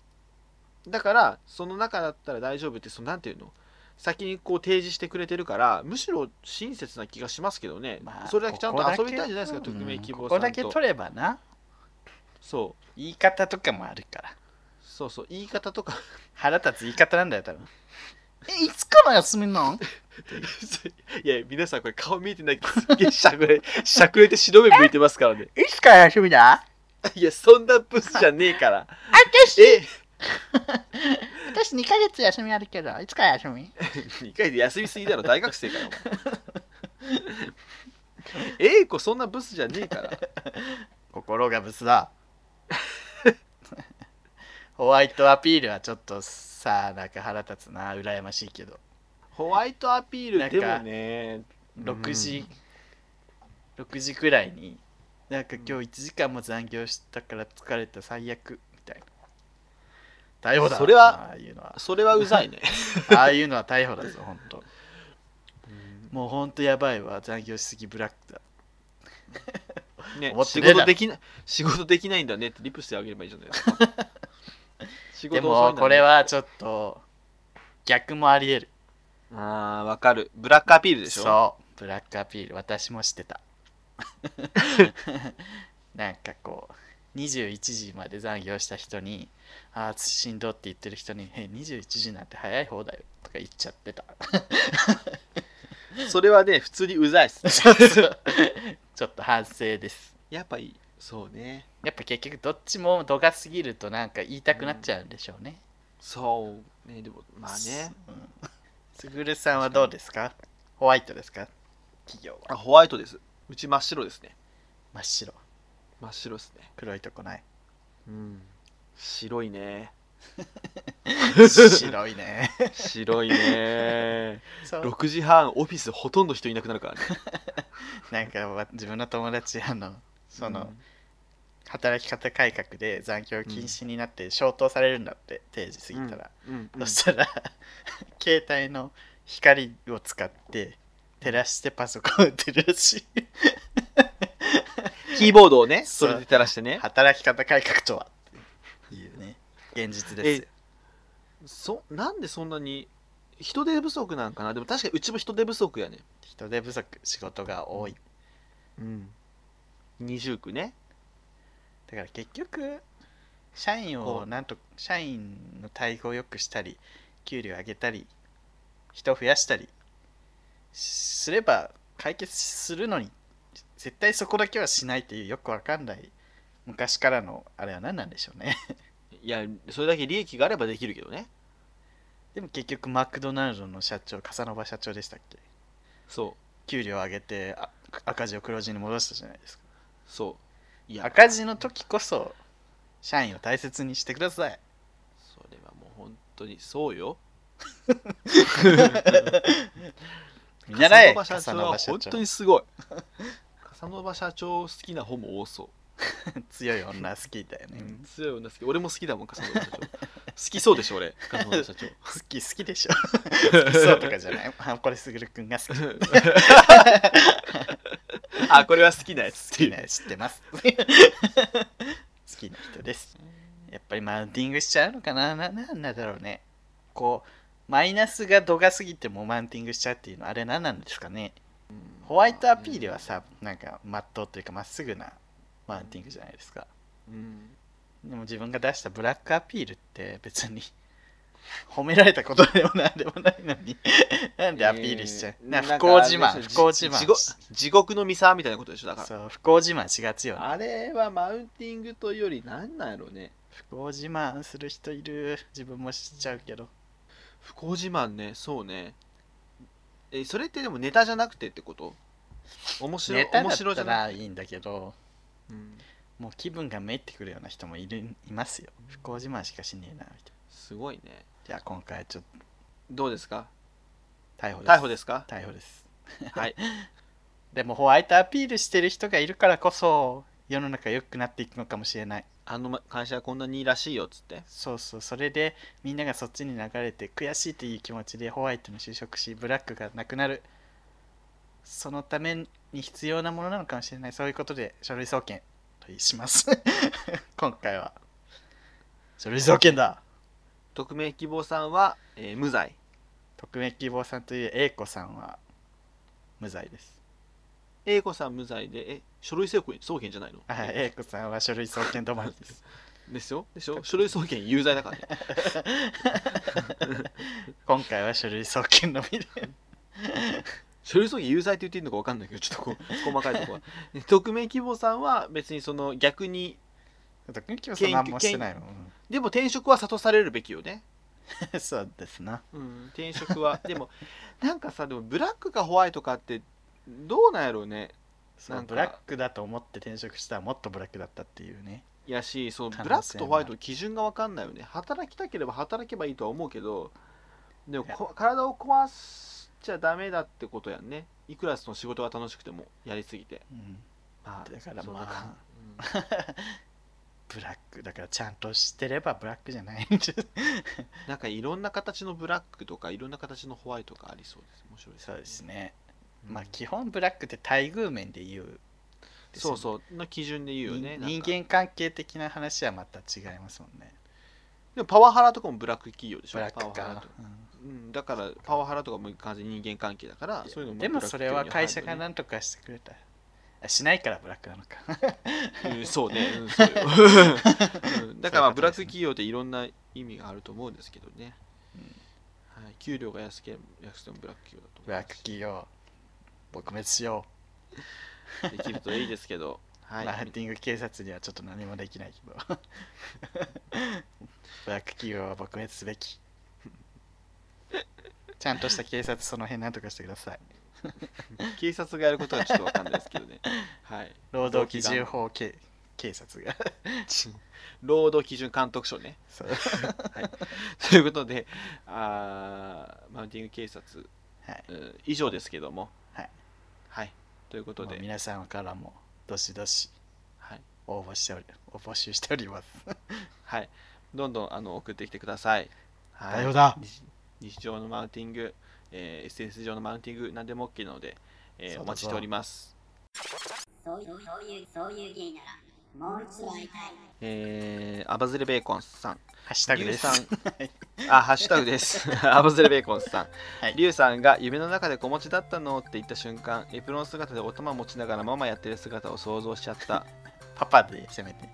Speaker 1: だからその中だったら大丈夫ってそのなんていうの先にこう提示してくれてるからむしろ親切な気がしますけどね、
Speaker 2: まあ
Speaker 1: それだけちゃんと
Speaker 2: ここだけ
Speaker 1: 遊びたいんじゃないですか
Speaker 2: うん
Speaker 1: 匿名希望
Speaker 2: こ
Speaker 1: さ
Speaker 2: こ
Speaker 1: んと
Speaker 2: だけ取ればな。
Speaker 1: そう
Speaker 2: 言い方とかもあるから。
Speaker 1: そうそう言い方とか
Speaker 2: 腹立つ言い方なんだよ、多分。え、いつから休みなん
Speaker 1: いや、皆さんこれ顔見えてないけど、すっげえしゃくれ、しゃくれて白目向いてますからね。
Speaker 2: いつから休みだ
Speaker 1: いや、そんなブスじゃねえ から。
Speaker 2: 私、
Speaker 1: え
Speaker 2: 私2ヶ月休みあるけど、いつから休み
Speaker 1: ?2 回で休みすぎだろ、大学生から。 ええ子、そんなブスじゃねえから。
Speaker 2: 心がブスだ。 ホワイトアピールはちょっとさ、なんか腹立つな、羨ましいけど。
Speaker 1: ホワイトアピー
Speaker 2: なん
Speaker 1: ル
Speaker 2: か
Speaker 1: でもね、
Speaker 2: 6時、6時くらいになんか今日1時間も残業したから疲れた最悪みたいな逮捕だ
Speaker 1: それは
Speaker 2: ああいうのは
Speaker 1: それはうざいね。
Speaker 2: ああいうのは逮捕 だぞ本当もう本当やばいわ残業しすぎブラックだ
Speaker 1: ね
Speaker 2: 思って
Speaker 1: 仕
Speaker 2: ねえだ
Speaker 1: 事
Speaker 2: ろ
Speaker 1: できない、仕事できないんだねってリプしてあげればいいじゃないですか。仕
Speaker 2: で
Speaker 1: 事遅い
Speaker 2: も
Speaker 1: んだね
Speaker 2: これ。はちょっと逆もありえる
Speaker 1: ああ、わかる。ブラックアピールでしょ。
Speaker 2: そうブラックアピール私も してたなんかこう21時まで残業した人に「ああしんどって言ってる人に「え21時なんて早い方だよ」とか言っちゃって た
Speaker 1: それはね、普通にうざいっす。
Speaker 2: そうそうちょっと反省です
Speaker 1: やっぱり、そうね。
Speaker 2: やっぱ結局どっちも度が過ぎるとなんか言いたくなっちゃうんでしょうね、
Speaker 1: そうねでもまあね
Speaker 2: うんすぐるさんはどうですかホワイトですか企業は
Speaker 1: あホワイトですうち真っ白ですね
Speaker 2: 真っ白
Speaker 1: 真っ白ですね
Speaker 2: 黒いとこない
Speaker 1: うん白いね
Speaker 2: 白い ね
Speaker 1: 白い ね
Speaker 2: そう
Speaker 1: 6時半オフィスほとんど人いなくなるからね
Speaker 2: なんかわ自分の友達あのその、働き方改革で残業禁止になって消灯されるんだって定時過ぎたら、
Speaker 1: うん、うんうん
Speaker 2: そしたら 携帯の光を使って照らしてパソコン打ってるらし
Speaker 1: キーボードをねそ
Speaker 2: そ
Speaker 1: うれで垂らして
Speaker 2: い
Speaker 1: ね
Speaker 2: 働き方改革とはっていうね現実ですよ
Speaker 1: そなんでそんなに人手不足なんかなでも確かにうちも人手不足やね
Speaker 2: 人手不足仕事が多い
Speaker 1: うん二重苦ね
Speaker 2: だから結局社員
Speaker 1: こ
Speaker 2: を
Speaker 1: う
Speaker 2: なんと社員の待遇を良くしたり給料上げたり人増やしたりすれば解決するのに絶対そこだけはしないっていうよくわかんない昔からのあれは何なんでしょうね
Speaker 1: いやそれだけ利益があればできるけどね
Speaker 2: でも結局マクドナルドの社長笠野場社長でしたっけ
Speaker 1: そう
Speaker 2: 給料上げてあ赤字を黒字に戻したじゃないですか
Speaker 1: そういや
Speaker 2: 赤字の時こそ社員を大切にしてください
Speaker 1: それはもう本当にそうよ。
Speaker 2: 見習え
Speaker 1: 笠野場社長は本当にすごい。笠野場社長好きな本も多そ
Speaker 2: 強い女好きだよ
Speaker 1: う。
Speaker 2: ね、
Speaker 1: 強い女好き。俺も好きだもん、笠野場社長。好きそうでしょ、 俺。笠野場社長。
Speaker 2: 好き好きでしょ好きそうとかじゃ ないあこれすぐるくんが好き好
Speaker 1: あ、これは好きなやつってい
Speaker 2: き
Speaker 1: う。
Speaker 2: な知ってます好きな人ですやっぱりマウンティングしちゃうのかなななんなんだろうねこうマイナスが度が過ぎてもマウンティングしちゃうっていうのはあれ何なんですかねホワイトアピールはさなんかまっとうというかまっすぐなマウンティングじゃないですか
Speaker 1: うん
Speaker 2: でも自分が出したブラックアピールって別に 褒められたことでも何でもないのに なんでアピールしちゃう、
Speaker 1: えー
Speaker 2: なんか
Speaker 1: な
Speaker 2: 不
Speaker 1: んか
Speaker 2: 幸自
Speaker 1: あ
Speaker 2: 慢
Speaker 1: れで
Speaker 2: 不
Speaker 1: しょ
Speaker 2: 幸自慢
Speaker 1: 地獄地獄のミサみたいなことでしょだから
Speaker 2: そう不幸自慢しがちよね
Speaker 1: あれはマウンティングというより何なんやろうね
Speaker 2: 不幸自慢する人いる自分もしちゃうけど
Speaker 1: 不幸自慢ねそうねえそれってでもネタじゃなくてってこと面白
Speaker 2: ネタだ
Speaker 1: 面
Speaker 2: っ
Speaker 1: 白じ
Speaker 2: た
Speaker 1: ゃない、
Speaker 2: らいいんだけど
Speaker 1: うん、
Speaker 2: もう気分がめいってくるような人もいるいますよ不幸自慢しかしねえなみたいな
Speaker 1: すごいね
Speaker 2: じゃあ今回ちょっと
Speaker 1: どうですか
Speaker 2: 逮捕です
Speaker 1: 逮捕ですか
Speaker 2: 逮捕 です
Speaker 1: はい
Speaker 2: でもホワイトアピールしてる人がいるからこそ世の中良くなっていくのかもしれない
Speaker 1: あの会社はこんなにいいらしいよっつって
Speaker 2: そうそうそれでみんながそっちに流れて悔しいという気持ちでホワイトに就職しブラックがなくなるそのために必要なものなのかもしれないそういうことで書類送検とします 今回は書類送検だ
Speaker 1: 匿名希望さんは、えー無罪
Speaker 2: 匿名希望さんという A 子さんは無罪です。
Speaker 1: A 子さん無罪でえ書類送検送検じゃないの
Speaker 2: はい、A 子さんは書類送検止まりです。
Speaker 1: ですよでしょ書類送検有罪だからね
Speaker 2: 今回は書類送検のみで。
Speaker 1: 書類送検有罪って言っていいのか分かんないけどちょっとこう細かいと こはで匿名希望さんは別にその逆に
Speaker 2: 匿名希望さん何もしてないもん。
Speaker 1: でも転職は諭されるべきよね
Speaker 2: そうですな。
Speaker 1: うん、転職はでもなんかさでもブラックかホワイトかってどうなんやろうね
Speaker 2: そう
Speaker 1: なんか
Speaker 2: ブラックだと思って転職したらもっとブラックだったっていうね。
Speaker 1: やしそう
Speaker 2: 可能性は
Speaker 1: ブラックとホワイトの基準が分かんないよね働きたければ働けばいいとは思うけどでもこ体を壊しちゃダメだってことやんねいくらその仕事が楽しくてもやりすぎて、
Speaker 2: うん、
Speaker 1: まあ
Speaker 2: だから
Speaker 1: そうだから
Speaker 2: ま
Speaker 1: うん
Speaker 2: ブラックだからちゃんとしてればブラックじゃないんです。
Speaker 1: なんかいろんな形のブラックとかいろんな形のホワイトがありそうです面白い
Speaker 2: そうです
Speaker 1: ね、
Speaker 2: ね。
Speaker 1: うん
Speaker 2: まあ基本ブラックって待遇面で言う。
Speaker 1: そうそうの基準で言うよねなん
Speaker 2: 人
Speaker 1: か
Speaker 2: 間関係的な話はまた違いますもんね。
Speaker 1: でもパワハラとかもブラック企業でしょ
Speaker 2: ブラック
Speaker 1: パワハラ
Speaker 2: か
Speaker 1: と。
Speaker 2: うん
Speaker 1: うん、だからパワハラとかも完全に人間関係だからそういうのも
Speaker 2: で
Speaker 1: ブラ
Speaker 2: も
Speaker 1: ック
Speaker 2: それは会社
Speaker 1: 企業
Speaker 2: が
Speaker 1: に入
Speaker 2: 何とかしてくれた。あしないからブラックなのか。
Speaker 1: るよねうんそうね、うんそう ようんだからまあ
Speaker 2: そういうことですね
Speaker 1: ブラック企業っていろんな意味があると思うんですけどね、はい、給料が安ければ安くてもブラック企業だと
Speaker 2: ブラック企業、撲滅しよ
Speaker 1: できるといいですけど、
Speaker 2: う。
Speaker 1: はい
Speaker 2: マハンティング警察にはちょっと何もできないけ ど。ブラック企業は撲滅すべき。ちゃんとした警察、その辺何とかしてください。
Speaker 1: 警察がやることはちょっとわかんないですけ どね、はい、
Speaker 2: 労働基準法警警察が。
Speaker 1: 労働基準監督署ね
Speaker 2: そう
Speaker 1: ということであーマウンティング警察、
Speaker 2: はい
Speaker 1: うん以上ですけども
Speaker 2: はい、
Speaker 1: はい、ということ
Speaker 2: もう
Speaker 1: で、
Speaker 2: 皆さんからもどしどし
Speaker 1: はい
Speaker 2: 応募しており、お募集しております。
Speaker 1: はい、どんどんあの送ってきてください。はい、
Speaker 2: だよだ
Speaker 1: 日日常のマウンティング、えー SNS 上のマウンティング、何でも OK なので、えー
Speaker 2: そうだぞ
Speaker 1: お待ちしております。
Speaker 4: そういう、そういう、そういう芸なら、もう一度会いたい。
Speaker 1: えー、アバズレベーコンさん、
Speaker 2: ハッシュタグ
Speaker 1: リュウ
Speaker 2: で
Speaker 1: さん
Speaker 2: す。 はい
Speaker 1: あ、ハッシュタグです。 アバズレベーコンさん、
Speaker 2: はい
Speaker 1: リュウさんが夢の中で子持ちだったのって言った瞬間、エプロン姿でお玉持ちながらママやってる姿を想像しちゃった。
Speaker 2: パパでせめて。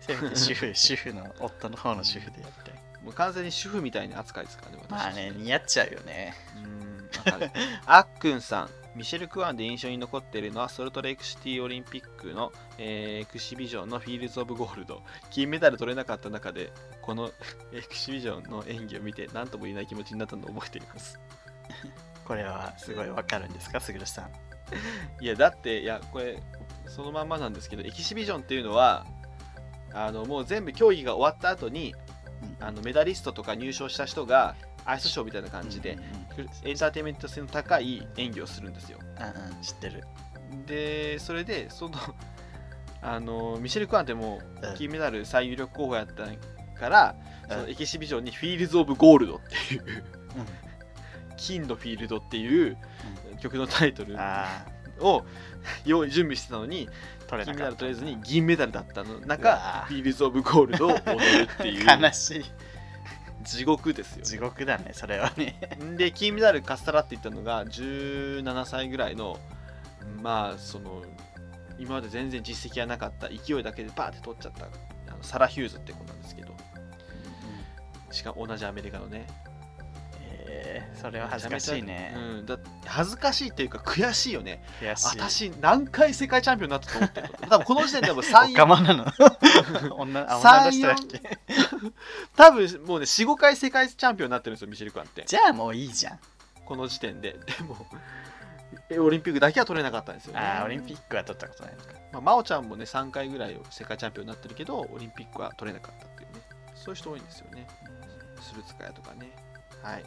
Speaker 2: せめて主婦、主婦の夫の方の主婦でやって。
Speaker 1: もう完全に主婦みたいな扱いですからね、私
Speaker 2: まあ
Speaker 1: たち
Speaker 2: ね、似合っちゃうよね。
Speaker 1: うーんわかるあっくんさん、ミシェル・クワンで印象に残っているのはソルトレイクシティオリンピックの、えーエクシビジョンのフィールズ・オブ・ゴールド。金メダル取れなかった中で、この エクシビジョンの演技を見て何とも言えない気持ちになったのを覚えています。
Speaker 2: これはすごいわかるんですか、すぐるさん。
Speaker 1: いや、だって、いや、これ、そのまんまなんですけど、エキシビジョンっていうのは、あのもう全部競技が終わった後に
Speaker 2: うん
Speaker 1: あのメダリストとか入賞した人がアイスショーみたいな感じで、
Speaker 2: うんうん
Speaker 1: エンターテインメント性の高い演技をするんですよ。
Speaker 2: うんうん知ってる。
Speaker 1: でそれでその あのミシェル・クワンってもう
Speaker 2: うん
Speaker 1: 金メダル最有力候補やったから、
Speaker 2: ん
Speaker 1: そのエキシビジョンにフィールズ・オブ・ゴールドっていう
Speaker 2: う
Speaker 1: 金のフィールドっていう曲のタイトル
Speaker 2: んあ
Speaker 1: を用意準備してたのに
Speaker 2: あ、取れ
Speaker 1: 金メ
Speaker 2: な
Speaker 1: ダ
Speaker 2: かっ
Speaker 1: ル
Speaker 2: た。
Speaker 1: 取れずに銀メダルだったの
Speaker 2: うわ
Speaker 1: 中
Speaker 2: ー
Speaker 1: フィールズ・オブ・ゴールドを踊るっていう
Speaker 2: 悲しい。
Speaker 1: 地獄ですよ
Speaker 2: 地獄だねそれはね
Speaker 1: で金メダルかっさらって言ったのが17歳ぐらいのまあその今まで全然実績がなかった勢いだけでパーって取っちゃったあのサラ・ヒューズって子なんですけどしかも同じアメリカのね
Speaker 2: えーそれは恥ずかし
Speaker 1: めち
Speaker 2: い
Speaker 1: ゃめ
Speaker 2: ね
Speaker 1: ちゃうん、だ恥ずかしいっていうか悔しいよね
Speaker 2: 悔しい
Speaker 1: 私何回世界チャンピオンになったと思って るの多分この時点で多分
Speaker 2: おか
Speaker 1: 3
Speaker 2: まな の女あ女の人だっけ
Speaker 1: 多分もうね45回世界チャンピオンになってるんですよミシェル・クワンって
Speaker 2: じゃあもういいじゃん
Speaker 1: この時点ででもえオリンピックだけは取れなかったんですよね
Speaker 2: あーオリンピックは取ったことないのか
Speaker 1: まあ、真央ちゃんもね3回ぐらい世界チャンピオンになってるけどオリンピックは取れなかったっていうねそういう人多いんですよねスルツカヤとかねはい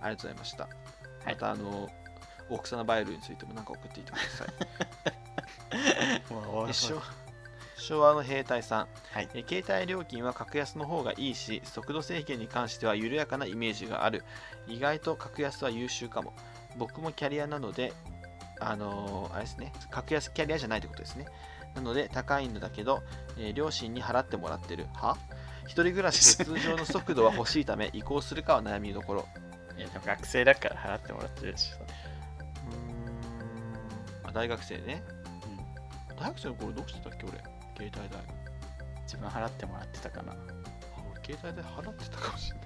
Speaker 1: ありがとうございました、
Speaker 2: い
Speaker 1: またあのオクサナバイルについても何か送っていってください
Speaker 2: もう
Speaker 1: 一緒昭和の兵隊さん、
Speaker 2: はい
Speaker 1: え携帯料金は格安の方がいいし速度制限に関しては緩やかなイメージがある意外と格安は優秀かも僕もキャリアなのであのーあれですね格安キャリアじゃないってことですねなので高いんだけど、えー両親に払ってもらってるは一人暮らしで通常の速度は欲しいため移行するかは悩みどころ
Speaker 2: いやでも学生だから払ってもらってるでしょ
Speaker 1: うーんあ大学生ね、大学生の頃どうしてたっけ俺携帯代
Speaker 2: 自分払ってもらってたかな
Speaker 1: あ俺携帯で払ってたかもしれ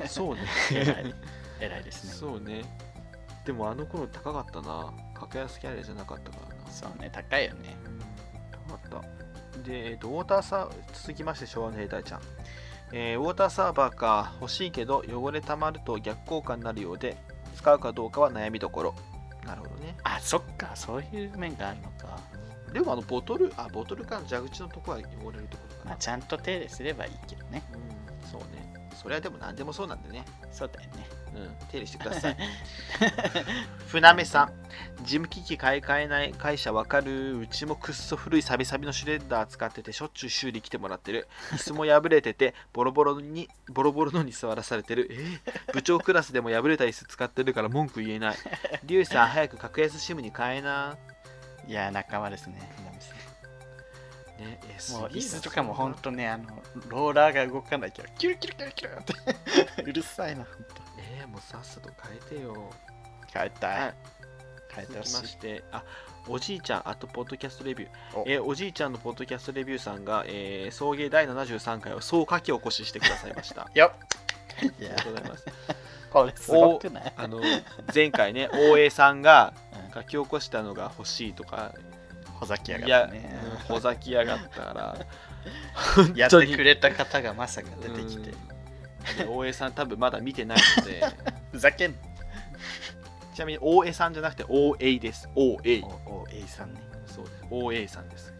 Speaker 1: ないそうね
Speaker 2: 偉い偉いですね
Speaker 1: そうねでもあの頃高かったな格安キャリアじゃなかったからな
Speaker 2: そうね、高いよね。
Speaker 1: うん高かったで、えーとウォーターサー続きまして昭和の兵隊ちゃん、えーウォーターサーバーか欲しいけど汚れたまると逆効果になるようで使うかどうかは悩みどころなるほどね
Speaker 2: あ、そっか、そういう面があるのか。
Speaker 1: でもあのボトルあボトルかの蛇口のとこは汚れるところかな、
Speaker 2: まあ、ちゃんと手入れすればいいけどね。
Speaker 1: うんそうねそれはでも何でもそうなんでね
Speaker 2: そうだよね。
Speaker 1: うん、手入れしてください。 船目さん、事務機器買い替えない会社わかるうちもくっそ古いサビサビのシュレッダー使っててしょっちゅう修理来てもらってる椅子も破れててボロボロにボロボロのに座らされてる、えー部長クラスでも破れた椅子使ってるから文句言えないリュウさん早く格安シムに変えな、
Speaker 2: いや、仲間ですね。船見さん
Speaker 1: ね、えー
Speaker 2: もう、
Speaker 1: 杉
Speaker 2: 椅
Speaker 1: さん
Speaker 2: 子とかも本当ね、あの、ローラーが動かないけど、キュルキュルキュルキュル って、うるさいな、本
Speaker 1: えーもうさっさと変えてよ
Speaker 2: 当。変えた
Speaker 1: はいい。
Speaker 2: 変えて
Speaker 1: 続
Speaker 2: ほ
Speaker 1: き
Speaker 2: し
Speaker 1: ま
Speaker 2: い。
Speaker 1: してあおじいちゃんあとポッドキャストレビュー
Speaker 2: お
Speaker 1: お,、えーおじいちゃんのポッドキャストレビューさんが、えー送迎第73回を総書き起こししてくださいましたあ
Speaker 2: よっ い
Speaker 1: り
Speaker 2: や
Speaker 1: が、とうございます
Speaker 2: これすごくない
Speaker 1: あの前回 ね大江さんが
Speaker 2: うん
Speaker 1: 書き起こしたのが欲しいとか
Speaker 2: ほざきや
Speaker 1: い
Speaker 2: がっ
Speaker 1: や
Speaker 2: たね。
Speaker 1: うんほざきやがったから
Speaker 2: やってくれた方がまさか出てきて、
Speaker 1: うんで大江さん多分まだ見てないの で
Speaker 2: ふざけんな。
Speaker 1: ちなみに大江さんじゃなくて大江です大江
Speaker 2: お、お、A さんね。
Speaker 1: そうです大江さんです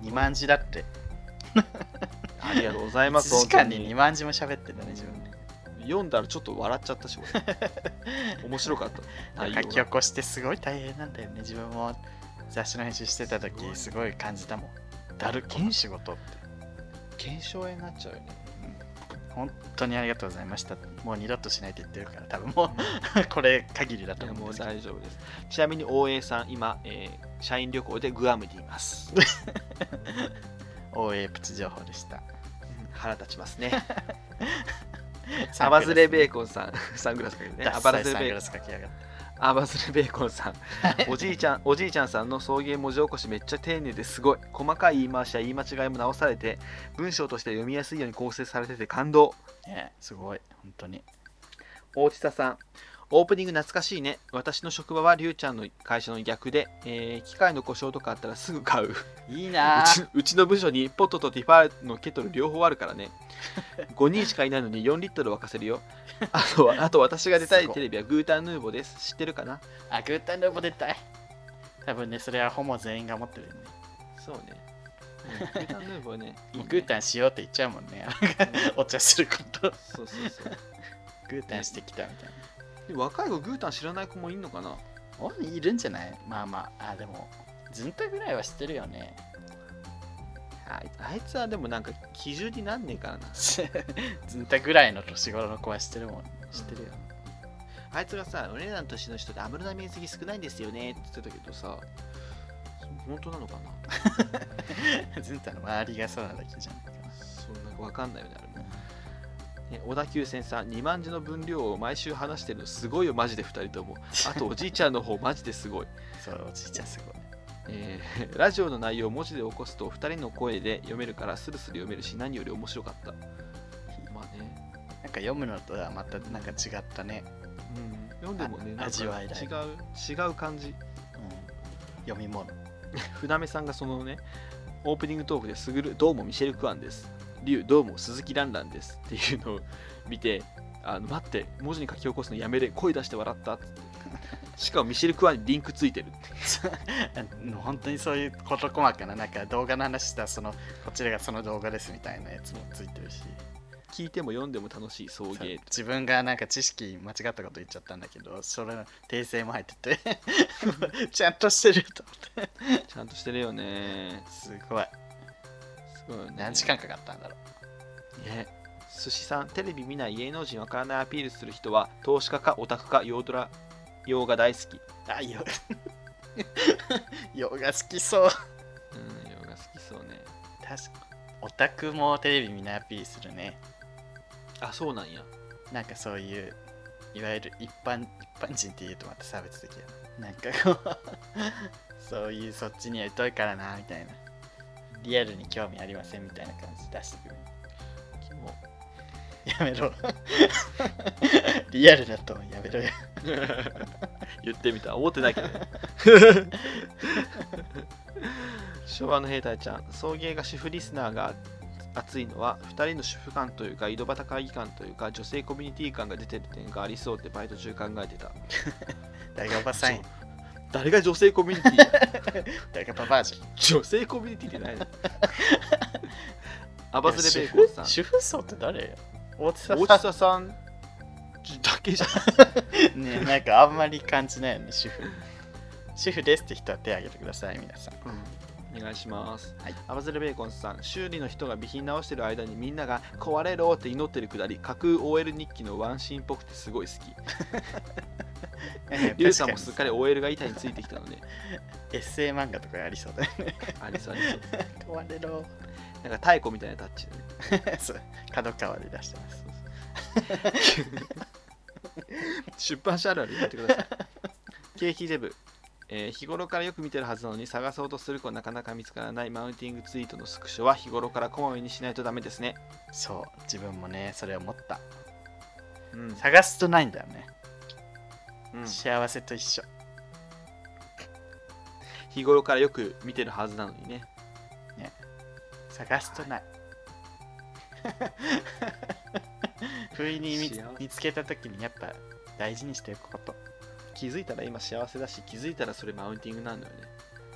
Speaker 2: 二万字だって。
Speaker 1: ありがとうございます
Speaker 2: 1時間
Speaker 1: 本当
Speaker 2: に2万字も喋ってたね、自分で。
Speaker 1: 読んだらちょっと笑っちゃったし俺面白か った内容
Speaker 2: 書
Speaker 1: が
Speaker 2: き起こしてすごい大変なんだよね自分も雑誌の編集してた時
Speaker 1: す
Speaker 2: すごい感じたもんだるこの仕事って
Speaker 1: 検証炎になっちゃうよね
Speaker 2: 本当にありがとうございましたもう二度としないって言ってるから多分もう これ限りだ
Speaker 1: い
Speaker 2: と
Speaker 1: や
Speaker 2: 思
Speaker 1: も
Speaker 2: う
Speaker 1: う
Speaker 2: んですけど
Speaker 1: 大丈夫ですちなみに大江さん今、えー社員旅行でグアムにいます
Speaker 2: OA プチ情報でした
Speaker 1: 腹立ちます ね
Speaker 2: サ
Speaker 1: ア
Speaker 2: ングラ
Speaker 1: バ
Speaker 2: ス
Speaker 1: ズレベーコンさん サングラスかけてね
Speaker 2: ダ
Speaker 1: ア
Speaker 2: ッサ
Speaker 1: バ
Speaker 2: い
Speaker 1: ズレ
Speaker 2: サン
Speaker 1: ベ
Speaker 2: グ
Speaker 1: ー
Speaker 2: ラスかけやがって
Speaker 1: アバズレベーコン さんおじいちゃんおじいちゃんさんの送迎文字起こしめっちゃ丁寧ですごい細かい言い回しや言い間違いも直されて文章として読みやすいように構成されてて感動
Speaker 2: ねすごい本当に
Speaker 1: 大地田さんオープニング懐かしいね私の職場はりゅうちゃんの会社の逆で、えー機械の故障とかあったらすぐ買う
Speaker 2: いいうな
Speaker 1: ちうちの部署にポットとティファーのケトル両方ある からね5人しかいないのに4リットル沸かせるよあとはあと私が出たいテレビはグータンヌーボです知ってるかな
Speaker 2: あグータンルーボ出たい多分ねそれはホモ全員が持ってるよね
Speaker 1: そうね、うんグータンヌーボ ねいい
Speaker 2: も
Speaker 1: ね
Speaker 2: うグータンしようって言っちゃうもんね お茶すること
Speaker 1: そうそうそう
Speaker 2: グータンしてきたみたいな
Speaker 1: で若い子グータン知らない子もいんのかな
Speaker 2: おいるんじゃないまあまあ、あ、でも、ずんたぐらいは知ってるよね。
Speaker 1: あいあいつはでもなんか基準になんねえからな
Speaker 2: ずんたぐらいの年頃の子は知ってるもん。知って るよ。
Speaker 1: あいつがさ俺らの年の人で安室奈美恵好き少ないんですよねって言ってたけどさ本当なのかな
Speaker 2: ずんたの周りがそうなだけじゃん。
Speaker 1: そんなわかんないよねあれね、え小田急線さん2万字の分量を毎週話してるのすごいよマジで2人ともあとおじいちゃんの方マジですごい、
Speaker 2: そう、おじいちゃんすごい。
Speaker 1: えー ラジオの内容を文字で起こすと2人の声で読めるからスルスル読めるし何より面白かったまあね、
Speaker 2: なんか読むのとはまたなんか違ったね。
Speaker 1: うん、読んでもねな
Speaker 2: あ
Speaker 1: んか
Speaker 2: 味わいだ
Speaker 1: 違
Speaker 2: よ
Speaker 1: う違う感じ
Speaker 2: うん、読み物。
Speaker 1: 船目さんがそのねオープニングトークで「すぐるどうもミシェル・クアンです」「リュウどうも鈴木ランランです」っていうのを見てあの待って文字に書き起こすのやめれ声出して笑ったっつってしかもミシェル・クアンにリンクついてるって
Speaker 2: もう本当にそういう事細かな、なんか動画の話したらその、こちらがその動画ですみたいなやつもついてるし。
Speaker 1: 聞いても読んでも楽しい送
Speaker 2: そう
Speaker 1: 迎
Speaker 2: 自分がなんか知識間違ったこと言っちゃったんだけど、それの訂正も入って て、ちゃんとしてると思って。
Speaker 1: ちゃんとしてるよね
Speaker 2: すごい。
Speaker 1: すごいよね
Speaker 2: 何時間かかったんだろう。
Speaker 1: ね寿司さんテレビ見ない芸能人わからないアピールする人は投資家かオタクか洋ドラ洋が大好き
Speaker 2: あ、よ ヨガ好きそう。
Speaker 1: うん洋が好きそうね
Speaker 2: 確かオタクもテレビみんなアピールするね。
Speaker 1: あそうなんや
Speaker 2: なんかそういう、いわゆる一般一般人って言うとまた差別的やな。なんかこう、 そういうそっちには疎いからな、みたいな。リアルに興味ありませんみたいな感じ出してくる。
Speaker 1: キモ
Speaker 2: やめろ。 リアルだとやめ ろよ。
Speaker 1: 言ってみた思ってないけどね 昭和の兵隊ちゃん送迎が主婦リスナーが熱いのは2人の主婦感というか井戸端会議感というか女性コミュニティ感が出てる点がありそうってバイト中考えてた
Speaker 2: ダガバサイン
Speaker 1: そ、誰が女性コミュニティ や
Speaker 2: ダガババージョン。
Speaker 1: 女性コミュニティって ないのアバズレベーコンさん
Speaker 2: 主婦主婦層って誰よ大津さん
Speaker 1: 大下さんちょだけ じゃん
Speaker 2: ねなんかあんまり感じないよね、主婦。主婦ですって人は手を挙げてください、皆さん。
Speaker 1: お願いします、
Speaker 2: はい
Speaker 1: アバズレベーコンさん修理の人が備品直してる間にみんなが壊れろって祈ってるくだり架空 OL 日記のワンシーンっぽくてすごい好きリュウさんもすっかり OL が板についてきた ので
Speaker 2: エッセイ漫画とかありそうだよね。
Speaker 1: ありそうありそう
Speaker 2: 壊れろ。
Speaker 1: なんか太鼓みたいなタッチでね
Speaker 2: そう、角川で出してます。
Speaker 1: 出版社あるあるやってくださいケーキデブ、えー日頃からよく見てるはずなのに探そうとする子なかなか見つからないマウンティングツイートのスクショは日頃からこまめにしないとダメですね
Speaker 2: そう、自分もね、それ思った。
Speaker 1: うん、うん、
Speaker 2: 探すとないんだよね。幸せと一緒。
Speaker 1: 日頃からよく見てるはずなのにね
Speaker 2: 探すと ない。不意に見つ
Speaker 1: 幸せ
Speaker 2: 見つけたときにやっぱ大事にしていくこと。
Speaker 1: 気づいたら今幸せだし気づいたらそれマウンティングなんだよね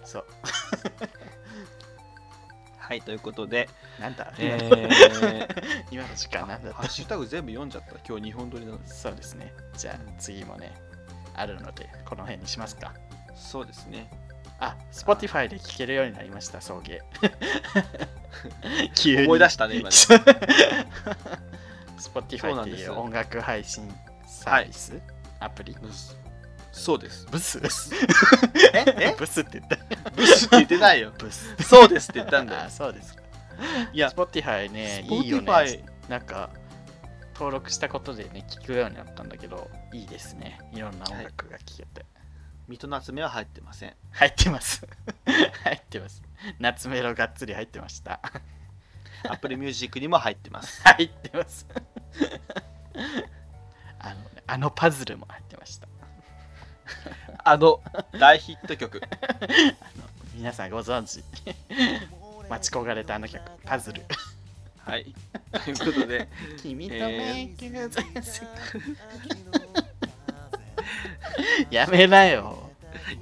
Speaker 2: そう。
Speaker 1: はいということで、
Speaker 2: なんだ、
Speaker 1: え
Speaker 2: 今の時間なんだ
Speaker 1: ー、ハッシュタグ全部読んじゃった今日2本撮りなので
Speaker 2: そうですね。じゃあ次もね、あるので、この辺にしますか。
Speaker 1: そうですね
Speaker 2: あ、Spotify で聴けるようになりました、送 迎。急に
Speaker 1: 思い出したね今ね そう
Speaker 2: Spotify
Speaker 1: な
Speaker 2: っ
Speaker 1: ん
Speaker 2: て
Speaker 1: です
Speaker 2: いう音楽配信サービス、アプリ。
Speaker 1: そうです
Speaker 2: ブス
Speaker 1: え
Speaker 2: え ブスって言った。
Speaker 1: ブスって言ってないよ
Speaker 2: ブス。
Speaker 1: そうですって言ったんだ
Speaker 2: あ、
Speaker 1: よ
Speaker 2: そうですか。
Speaker 1: いや
Speaker 2: Spotify ね、いいよね
Speaker 1: Spotify。
Speaker 2: なんか、登録したことでね、聴くようになったんだけど、いいですね。いろんな音楽が聴けて。
Speaker 1: 水戸夏目は入ってません
Speaker 2: 入ってます。入ってます。夏メロがっつり入ってました。
Speaker 1: アップルミュージックにも入って ます
Speaker 2: 入ってます。あのね、あのパズルも入ってました。
Speaker 1: あの大ヒット曲
Speaker 2: 皆さんご存 知待ち焦がれたあの曲、パズル。
Speaker 1: はいということで
Speaker 2: 君
Speaker 1: と
Speaker 2: と
Speaker 1: 迷
Speaker 2: 迷宮が やめなよ。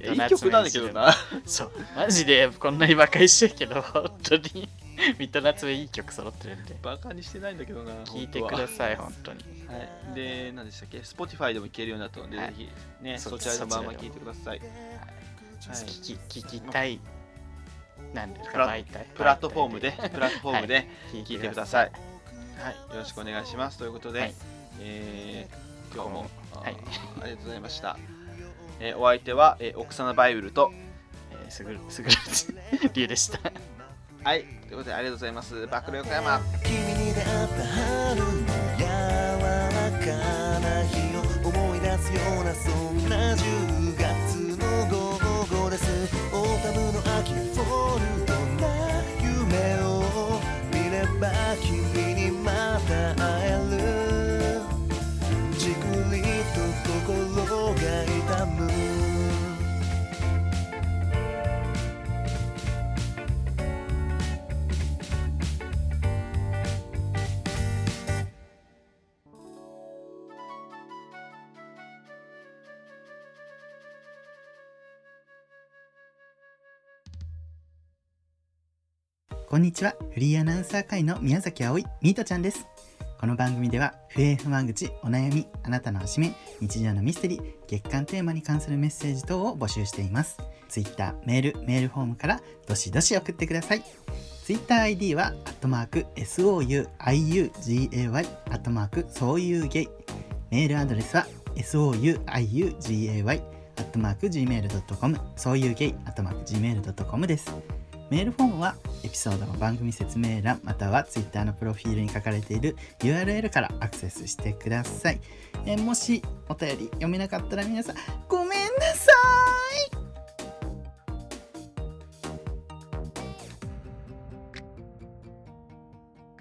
Speaker 1: いやいい曲なんだけどな
Speaker 2: そう、マジでこんなに馬鹿にしてるけど、本当に。ミッドナツメいい曲揃ってるんで。
Speaker 1: バカにしてないんだけどな
Speaker 2: 聞いてください、本当
Speaker 1: い、
Speaker 2: に。
Speaker 1: はい、で何でしたっけ Spotify でも聴けるようになったので、
Speaker 2: はい
Speaker 1: ぜひね
Speaker 2: そ
Speaker 1: そちらのまま
Speaker 2: そちらでも
Speaker 1: 聴いてくださいはい
Speaker 2: 聞き聞きたい。なんです
Speaker 1: プ
Speaker 2: か、
Speaker 1: ラ
Speaker 2: 媒体。
Speaker 1: プラットフォームで、プラットフォーム
Speaker 2: は
Speaker 1: で聞いてください。。
Speaker 2: はい。
Speaker 1: よろしくお願いします。ということで、
Speaker 2: はい
Speaker 1: えー今日も、あー
Speaker 2: はい
Speaker 1: ありがとうございました。えーお相手は、えー、奥様バイブルと、
Speaker 2: えーすぐる、すぐる、理由でした。
Speaker 1: はい、ということでありがとうございます。バックル横山。
Speaker 5: 君に出会った春の柔らすようなそんな10月の午後ですオータムの秋フォルトな夢を見れば君にまた会えるじくりと心が痛む
Speaker 6: こんにちは。フリーアナウンサー会の宮崎葵、ミートちゃんです。この番組では、不平不満口、お悩み、あなたのおしめ、日常のミステリー、月間テーマに関するメッセージ等を募集しています。Twitter、メール、メールフォームから、どしどし送ってください。TwitterID は、アットマーク、souiugay、アットマーク、そういうゲイ。メールアドレスは、souiugay、アットマーク、gmail.com、そういうゲイ、アットマーク、gmail.com です。メールフォームはエピソードの番組説明欄または Twitter のプロフィールに書かれている URL からアクセスしてください。えーもしお便り読めなかったら皆さんごめんなさい